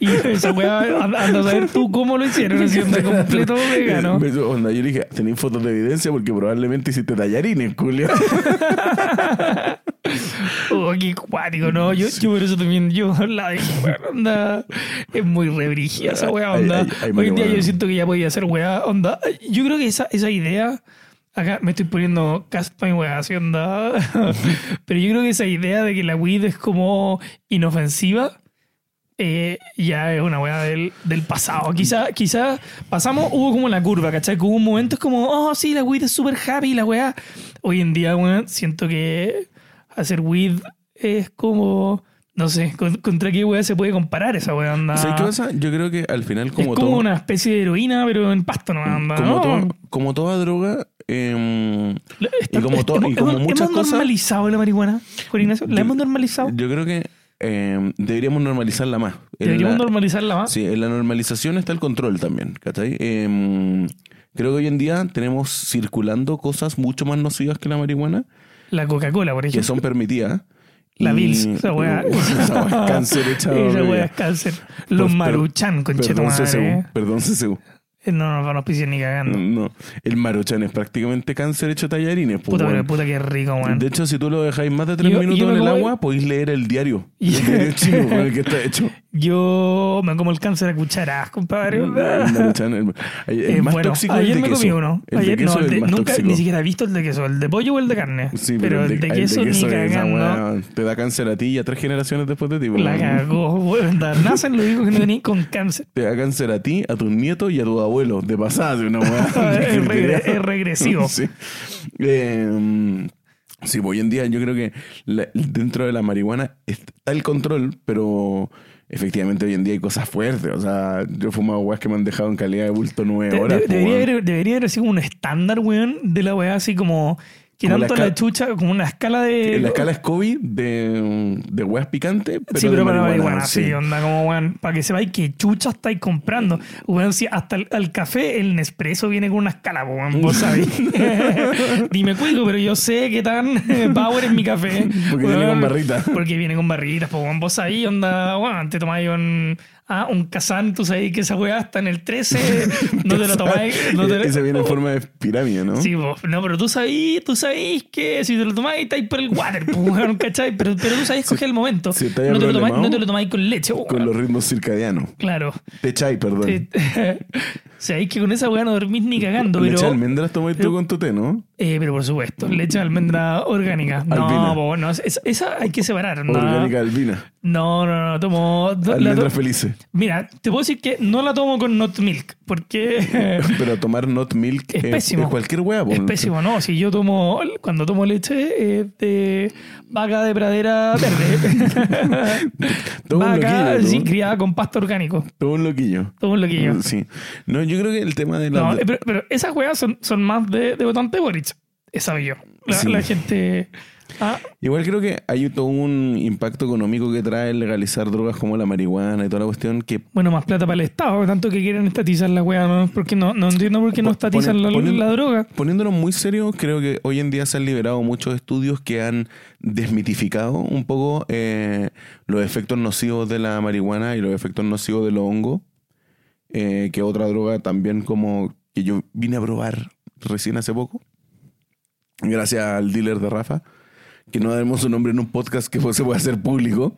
Y esa weá, anda anda a saber tú cómo lo hicieron, haciendo completo vegano.
Me dice, onda, yo le dije, ¿tenéis fotos de evidencia? Porque probablemente hiciste tallarines, Julio.
Oh, qué cuático, no. Yo, yo por eso también, yo la dejé, weón, onda. Es muy rebrigia esa weá,
Ay,
onda.
ay,
Hoy
ay,
en día
marihuana.
yo siento que ya podía hacer weá, onda. Yo creo que esa, esa idea. Acá me estoy poniendo caspa y weá, así onda. Pero yo creo que esa idea de que la weed es como inofensiva. eh, ya es una weá del, del pasado. Quizá, quizá pasamos, hubo como la curva, ¿cachai? Que hubo un momento es como, oh, sí, la weed es super happy, la weá. Hoy en día, weón, siento que hacer weed es como, no sé, con- ¿contra qué weá se puede comparar esa weá? Anda.
¿Sabes qué pasa? Yo creo que al final, como,
Ah. es como
todo,
una especie de heroína, pero en pasto no anda.
como,
¿no?
todo- como toda droga, em,
Está-
y como todo- y
hemos-
como
hemos-
muchas
¿Hemos
cosas-
normalizado la marihuana, Juan Ignacio? ¿La
Yo-
hemos normalizado?
yo creo que em, deberíamos normalizarla más. En
Deberíamos
la-
normalizarla más.
Sí, en la normalización está el control también, ¿cachai? Em, creo que hoy en día tenemos circulando cosas mucho más nocivas que la marihuana,
La Coca-Cola, por
que
ejemplo.
son permitidas.
La
Y-
Bills, esa weá.
Esa weá es cáncer
Esa
hecha bebida.
weá es cáncer. Los
Per- per-
maruchan,
Perdón,
conchetumadre.
CCU, Perdón, CCU.
Eh, No nos van a auspiciar ni cagando.
No. El maruchan es prácticamente cáncer hecho tallarines. pues,
Puta,
weón.
pero puta que rico, weón.
De hecho, si tú lo dejáis más de tres
Yo-
minutos
yo me
en el
como-
agua, podéis leer el diario.
Y-
El diario chino con el que está hecho.
Yo me como el cáncer a cucharadas, compadre.
El maruchan, el- el
Eh,
más
bueno,
tóxico es el
ayer
de
me
queso.
comí uno.
El de
ayer,
queso
no,
es
el
el
de-
más
nunca
tóxico.
ni siquiera he visto el de queso, el de pollo o el de carne.
Sí,
pero, el de, queso, ni
es esa
cagando.
weá, te da cáncer a ti y a tres generaciones después de ti.
La
weón.
cagó, weón. Nacen lo dijo que no venía con cáncer.
Te da cáncer a ti, a tus nietos y a tus abuelos. De pasada, de una weá.
es, regre- es regresivo.
Sí. Eh, sí, hoy en día yo creo que la- dentro de la marihuana está el control, pero efectivamente hoy en día hay cosas fuertes. O sea, yo he fumado weas que me han dejado en calidad de bulto
De-
nueve
de-
horas. po,
debería,
pues, weón.
haber, debería haber sido un estándar, weón, de la weá así como. Que
Como la
tanto la,
esca-
chucha, como una escala de.
En la escala Scooby de, de weas picantes, pero,
sí,
de
pero para
marihuana,
marihuana, sí.
sí.
onda como, weón, para que sepáis que chucha estáis comprando. Weón, si hasta el, al café el Nespresso viene con una escala, pues, weón, vos sabéis. Dime cuico, pero yo sé qué tan eh, power es mi café.
Porque viene con barrita.
Porque viene con barritas, pues, weón, vos sabéis, onda, weón, te tomáis un. Ah, un Kazan, tú sabéis que esa weá está en el 13, no te lo tomáis. No te lo-
Ese viene en forma de pirámide, ¿no?
Sí, vos. No, pero tú sabís, tú sabís que si te lo tomáis, estáis por el water, pues, weón, ¿cachai? Pero, pero tú sabís coger el momento.
si estáis
no, te lo tomáis, no
problemado,
te lo tomáis con leche, weón.
Con los ritmos circadianos.
Claro.
Te echai, perdón.
Te- sabéis que con esa weá no dormís ni cagando,
Leche de
pero.
almendras tomáis tú
pero-
con tu té, ¿no?
Eh, pero por supuesto, leche de almendra orgánica.
Albina.
No, vos, no, esa, esa hay que separar. No,
Orgánica albina.
no, no, no, tomo. la to-
Almendras felices.
Mira, te puedo decir que no la tomo con not milk, porque.
Pero tomar not milk
Es
es,
pésimo.
es cualquier hueá. po.
Es pésimo, ¿no? Si yo tomo, cuando tomo leche eh, de vaca de pradera verde.
Todo un
vaca,
loquillo.
sí,
¿no?
criada con pasto orgánico.
Todo un loquillo.
Todo un loquillo.
Sí. No, yo creo que el tema de la...
No, eh, pero, pero esas weas son, son más de, de votante Boric. Esa yo. La,
Sí.
la gente. Ah,
Igual creo que hay todo un impacto económico que trae el legalizar drogas como la marihuana y toda la cuestión que...
bueno, más plata para el Estado, tanto que quieren estatizar la wea. ¿no? Porque no, no entiendo por qué no
Pon-
estatizan
ponen-
la,
ponen-
la droga.
Poniéndonos muy serios, creo que hoy en día se han liberado muchos estudios que han desmitificado un poco eh, los efectos nocivos de la marihuana y los efectos nocivos de los hongos, eh, que otra droga también como que yo vine a probar recién hace poco, gracias al dealer de Rafa, que no daremos su nombre en un podcast que se puede hacer público.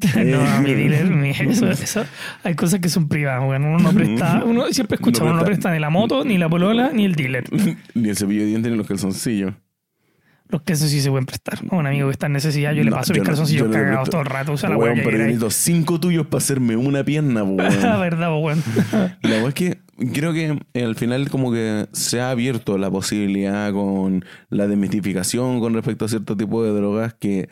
no,
Eh.
mi dealer, mi- eso, eso- hay cosas que son privadas, weón. Uno no presta, uno siempre escucha,
No
uno no
presta.
presta ni la moto, ni la polola, ni el dealer.
Ni el cepillo de dientes ni los calzoncillos.
Los quesos sí se pueden prestar. A un amigo que está en necesidad, yo le
No,
paso mis
no-
calzoncillos
yo no le
cagados
meto-
todo el rato. Usa la
Weón,
hueá que
pero yo
queráis.
necesito cinco tuyos para hacerme una pierna, po,
La
weón.
verdad, po, weón.
La verdad es que creo que eh, al final como que se ha abierto la posibilidad con la desmitificación con respecto a cierto tipo de drogas que,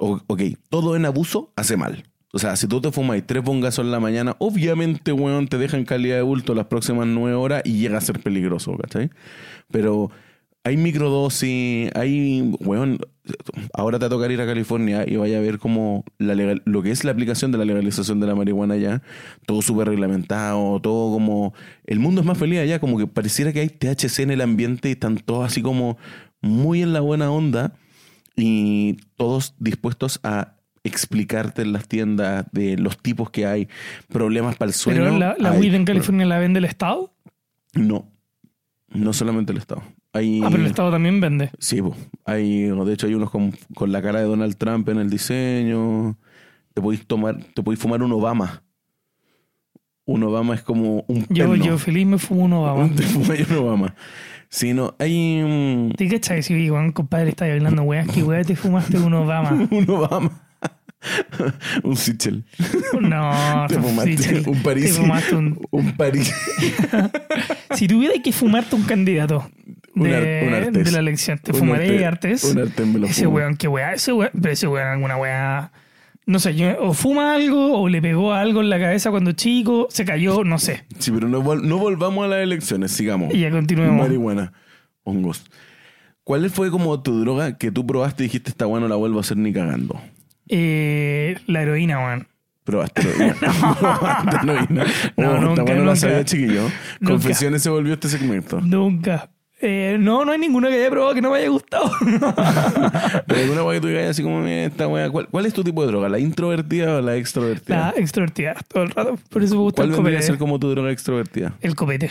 o- ok, todo en abuso hace mal. O sea, si tú te fumas tres bongazos en la mañana, obviamente, weón, te deja en calidad de bulto las próximas nueve horas y llega a ser peligroso, ¿cachai? Pero hay microdosis, hay, weón, ahora te va a tocar ir a California y vaya a ver como la legal- lo que es la aplicación de la legalización de la marihuana ya, todo súper reglamentado, todo como, el mundo es más feliz allá, como que pareciera que hay THC en el ambiente y están todos así como muy en la buena onda y todos dispuestos a explicarte en las tiendas de los tipos que hay, problemas para el sueño.
Pero la, la
hay-
weed en California la vende el Estado.
No, no solamente el Estado. Hay,
Ah, pero el Estado también vende.
Sí, po. hay, de hecho hay unos con, con la cara de Donald Trump en el diseño. Te podéis tomar, te podéis fumar un Obama. Un Obama es como un
Yo,
perno.
yo feliz me fumo uno, weón.
Te fumáis un Obama. Sí, no, hay un,
¿Te cachai? Si, weón, compadre, estás hablando, weón, que weón te fumaste un Obama.
un Obama. un Sichel.
No,
Te fumaste
sí,
un París.
Ah, Te fumaste un...
Un París.
Si tuvieras que fumarte un candidato de,
Un ar- un Artés.
de la elección, te
Un
fumaré Artes.
Artés. Un Artés me lo
Ese
fumo.
weón, qué weá, ese weón, pero ese weón, alguna weá. No sé, yo- o fuma algo, o le pegó algo en la cabeza cuando chico, se cayó, no sé.
Sí, pero no, vol- no volvamos a las elecciones, sigamos.
Y ya continuemos.
Marihuana, hongos. ¿Cuál fue como tu droga que tú probaste y dijiste, esta bueno, la vuelvo a hacer ni cagando?
Eh, la heroína, weón.
Probaste heroína. Probaste heroína.
No,
Oh,
nunca,
esta buena la
nunca.
sabía, chiquillo.
Nunca.
Confesiones se volvió este segmento.
Nunca. Eh, no, no hay ninguna que haya probado que no me haya gustado.
Pero alguna weá que tú digas así como, "Mira, esta weá, ¿cuál, cuál es tu tipo de droga? ¿La introvertida o la
La
extrovertida?
extrovertida, todo el rato. Por eso me Ah, gusta
¿Cuál
el
vendría a
copete.
ser como tu droga extrovertida?
El copete.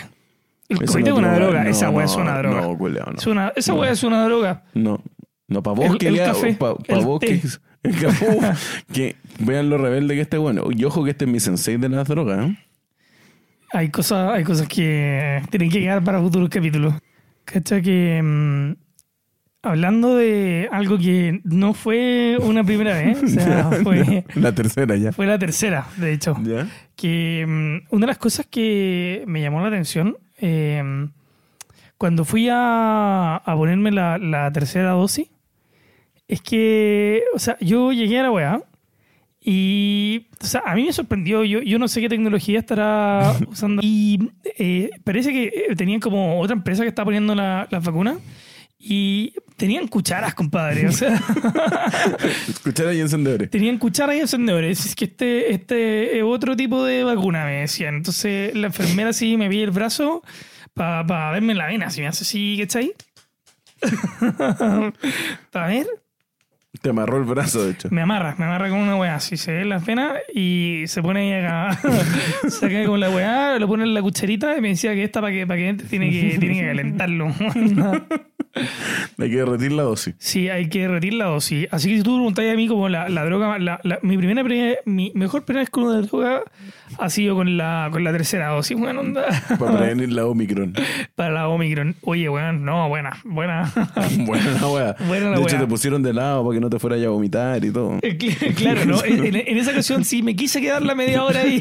El
Eso
copete
no
es una
droga,
droga.
no,
esa weá
no,
es una droga.
no, culiao, no.
Es una- esa weá es una droga.
No, no, para vos
El-
que
el
lea-
café,
pa- pa'
el
vos
té.
que, que, uf, que vean lo rebelde que este bueno. Y ojo que este es mi sensei de las drogas. ¿eh?
Hay cosas, hay cosas que tienen que quedar para futuros capítulos. Cacha que mm, hablando de algo que no fue una primera vez, o sea, fue,
La tercera ya.
fue la tercera, de hecho.
¿Ya?
que mm, una de las cosas que me llamó la atención, eh, cuando fui a, a ponerme la, la tercera dosis, es que, o sea, yo llegué a la weá y, o sea, a mí me sorprendió, yo, yo no sé qué tecnología estará usando. Y eh, parece que eh, tenían como otra empresa que está poniendo la- las vacunas y tenían cucharas, compadre. O sea,
Escuchar ahí encendedores.
Tenían cucharas y encendedores. Es que este, este es otro tipo de vacuna, me decían. Entonces la enfermera sí me pide el brazo para verme la vena. Si me hace así, ¿cachai? Para ver,
Te amarró el brazo, de hecho.
me amarra, me amarra con una weá. Si se ve las venas y se pone ahí acá, saca con la weá, lo pone en la cucharita y me decía que esta para que, para que entre tiene que, tiene que calentarlo.
Hay que derretir la dosis.
Sí, hay que derretir la dosis. Así que si tú me preguntáis a mí como la, la droga, la- la- mi primera, pre- mi mejor primera vez con una droga ha sido con la, con la tercera dosis, buena onda,
Para prevenir la Omicron.
para la Omicron. Oye, weón, no, buena, buena.
Buena la wea.
Buena la
de hecho,
wea.
te pusieron de lado para que no te fuera ya a vomitar y todo.
Eh, cl- claro, ¿no? En, en- en esa ocasión sí me quise quedar la media hora ahí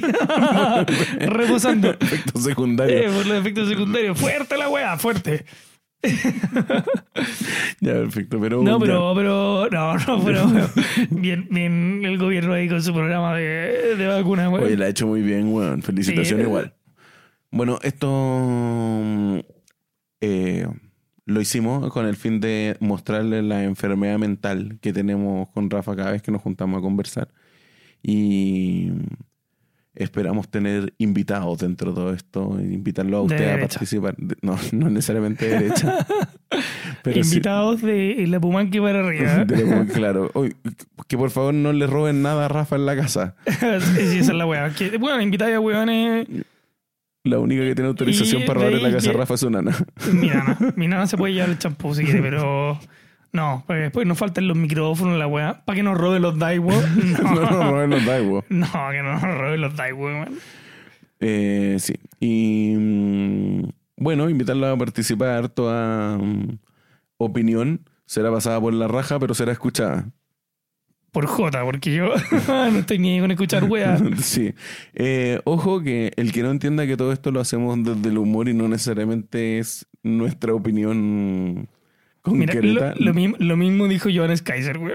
reposando.
Efecto secundario.
Eh, por los efectos secundarios. Fuerte la weá, fuerte.
Ya, perfecto. Pero,
No,
ya.
pero, pero, no, no, pero bien, bien el gobierno ahí con su programa de, de vacunas, weón.
Oye, la ha hecho muy bien, weón. Felicitaciones
Sí.
igual. Bueno, esto mm, eh, lo hicimos con el fin de mostrarle la enfermedad mental que tenemos con Rafa cada vez que nos juntamos a conversar. Y esperamos tener invitados dentro de todo esto, invitarlo a
De
usted a
derecha.
participar. De- No, no necesariamente de derecha. pero sí-
Invitados de La Pumanque para arriba.
de lo- claro. Oye, que por favor no le roben nada a Rafa en la casa.
sí, esa es la weá. Que, bueno, invitáis a weones.
La única que tiene autorización
Y
para
de
robar en la
ahí
casa de
que-
Rafa es una nana.
Mi nana. Mi nana se puede llevar el champú si quiere, pero. No, porque después nos faltan los micrófonos, la weá. Para que nos roben los Daiwo.
No,
No,
no, roben los Daiwo.
no, que no nos roben los Daiwo, weón.
Eh, sí. Y mm, bueno, invitarla a participar. Toda mm, opinión será pasada por la raja, pero será escuchada.
Por Jota, porque yo no estoy ni ahí con escuchar weá.
sí. Eh, ojo que el que no entienda que todo esto lo hacemos desde el humor y no necesariamente es nuestra opinión
Mira,
concreta.
lo, lo, mim- lo mismo dijo Johannes Kaiser, weón.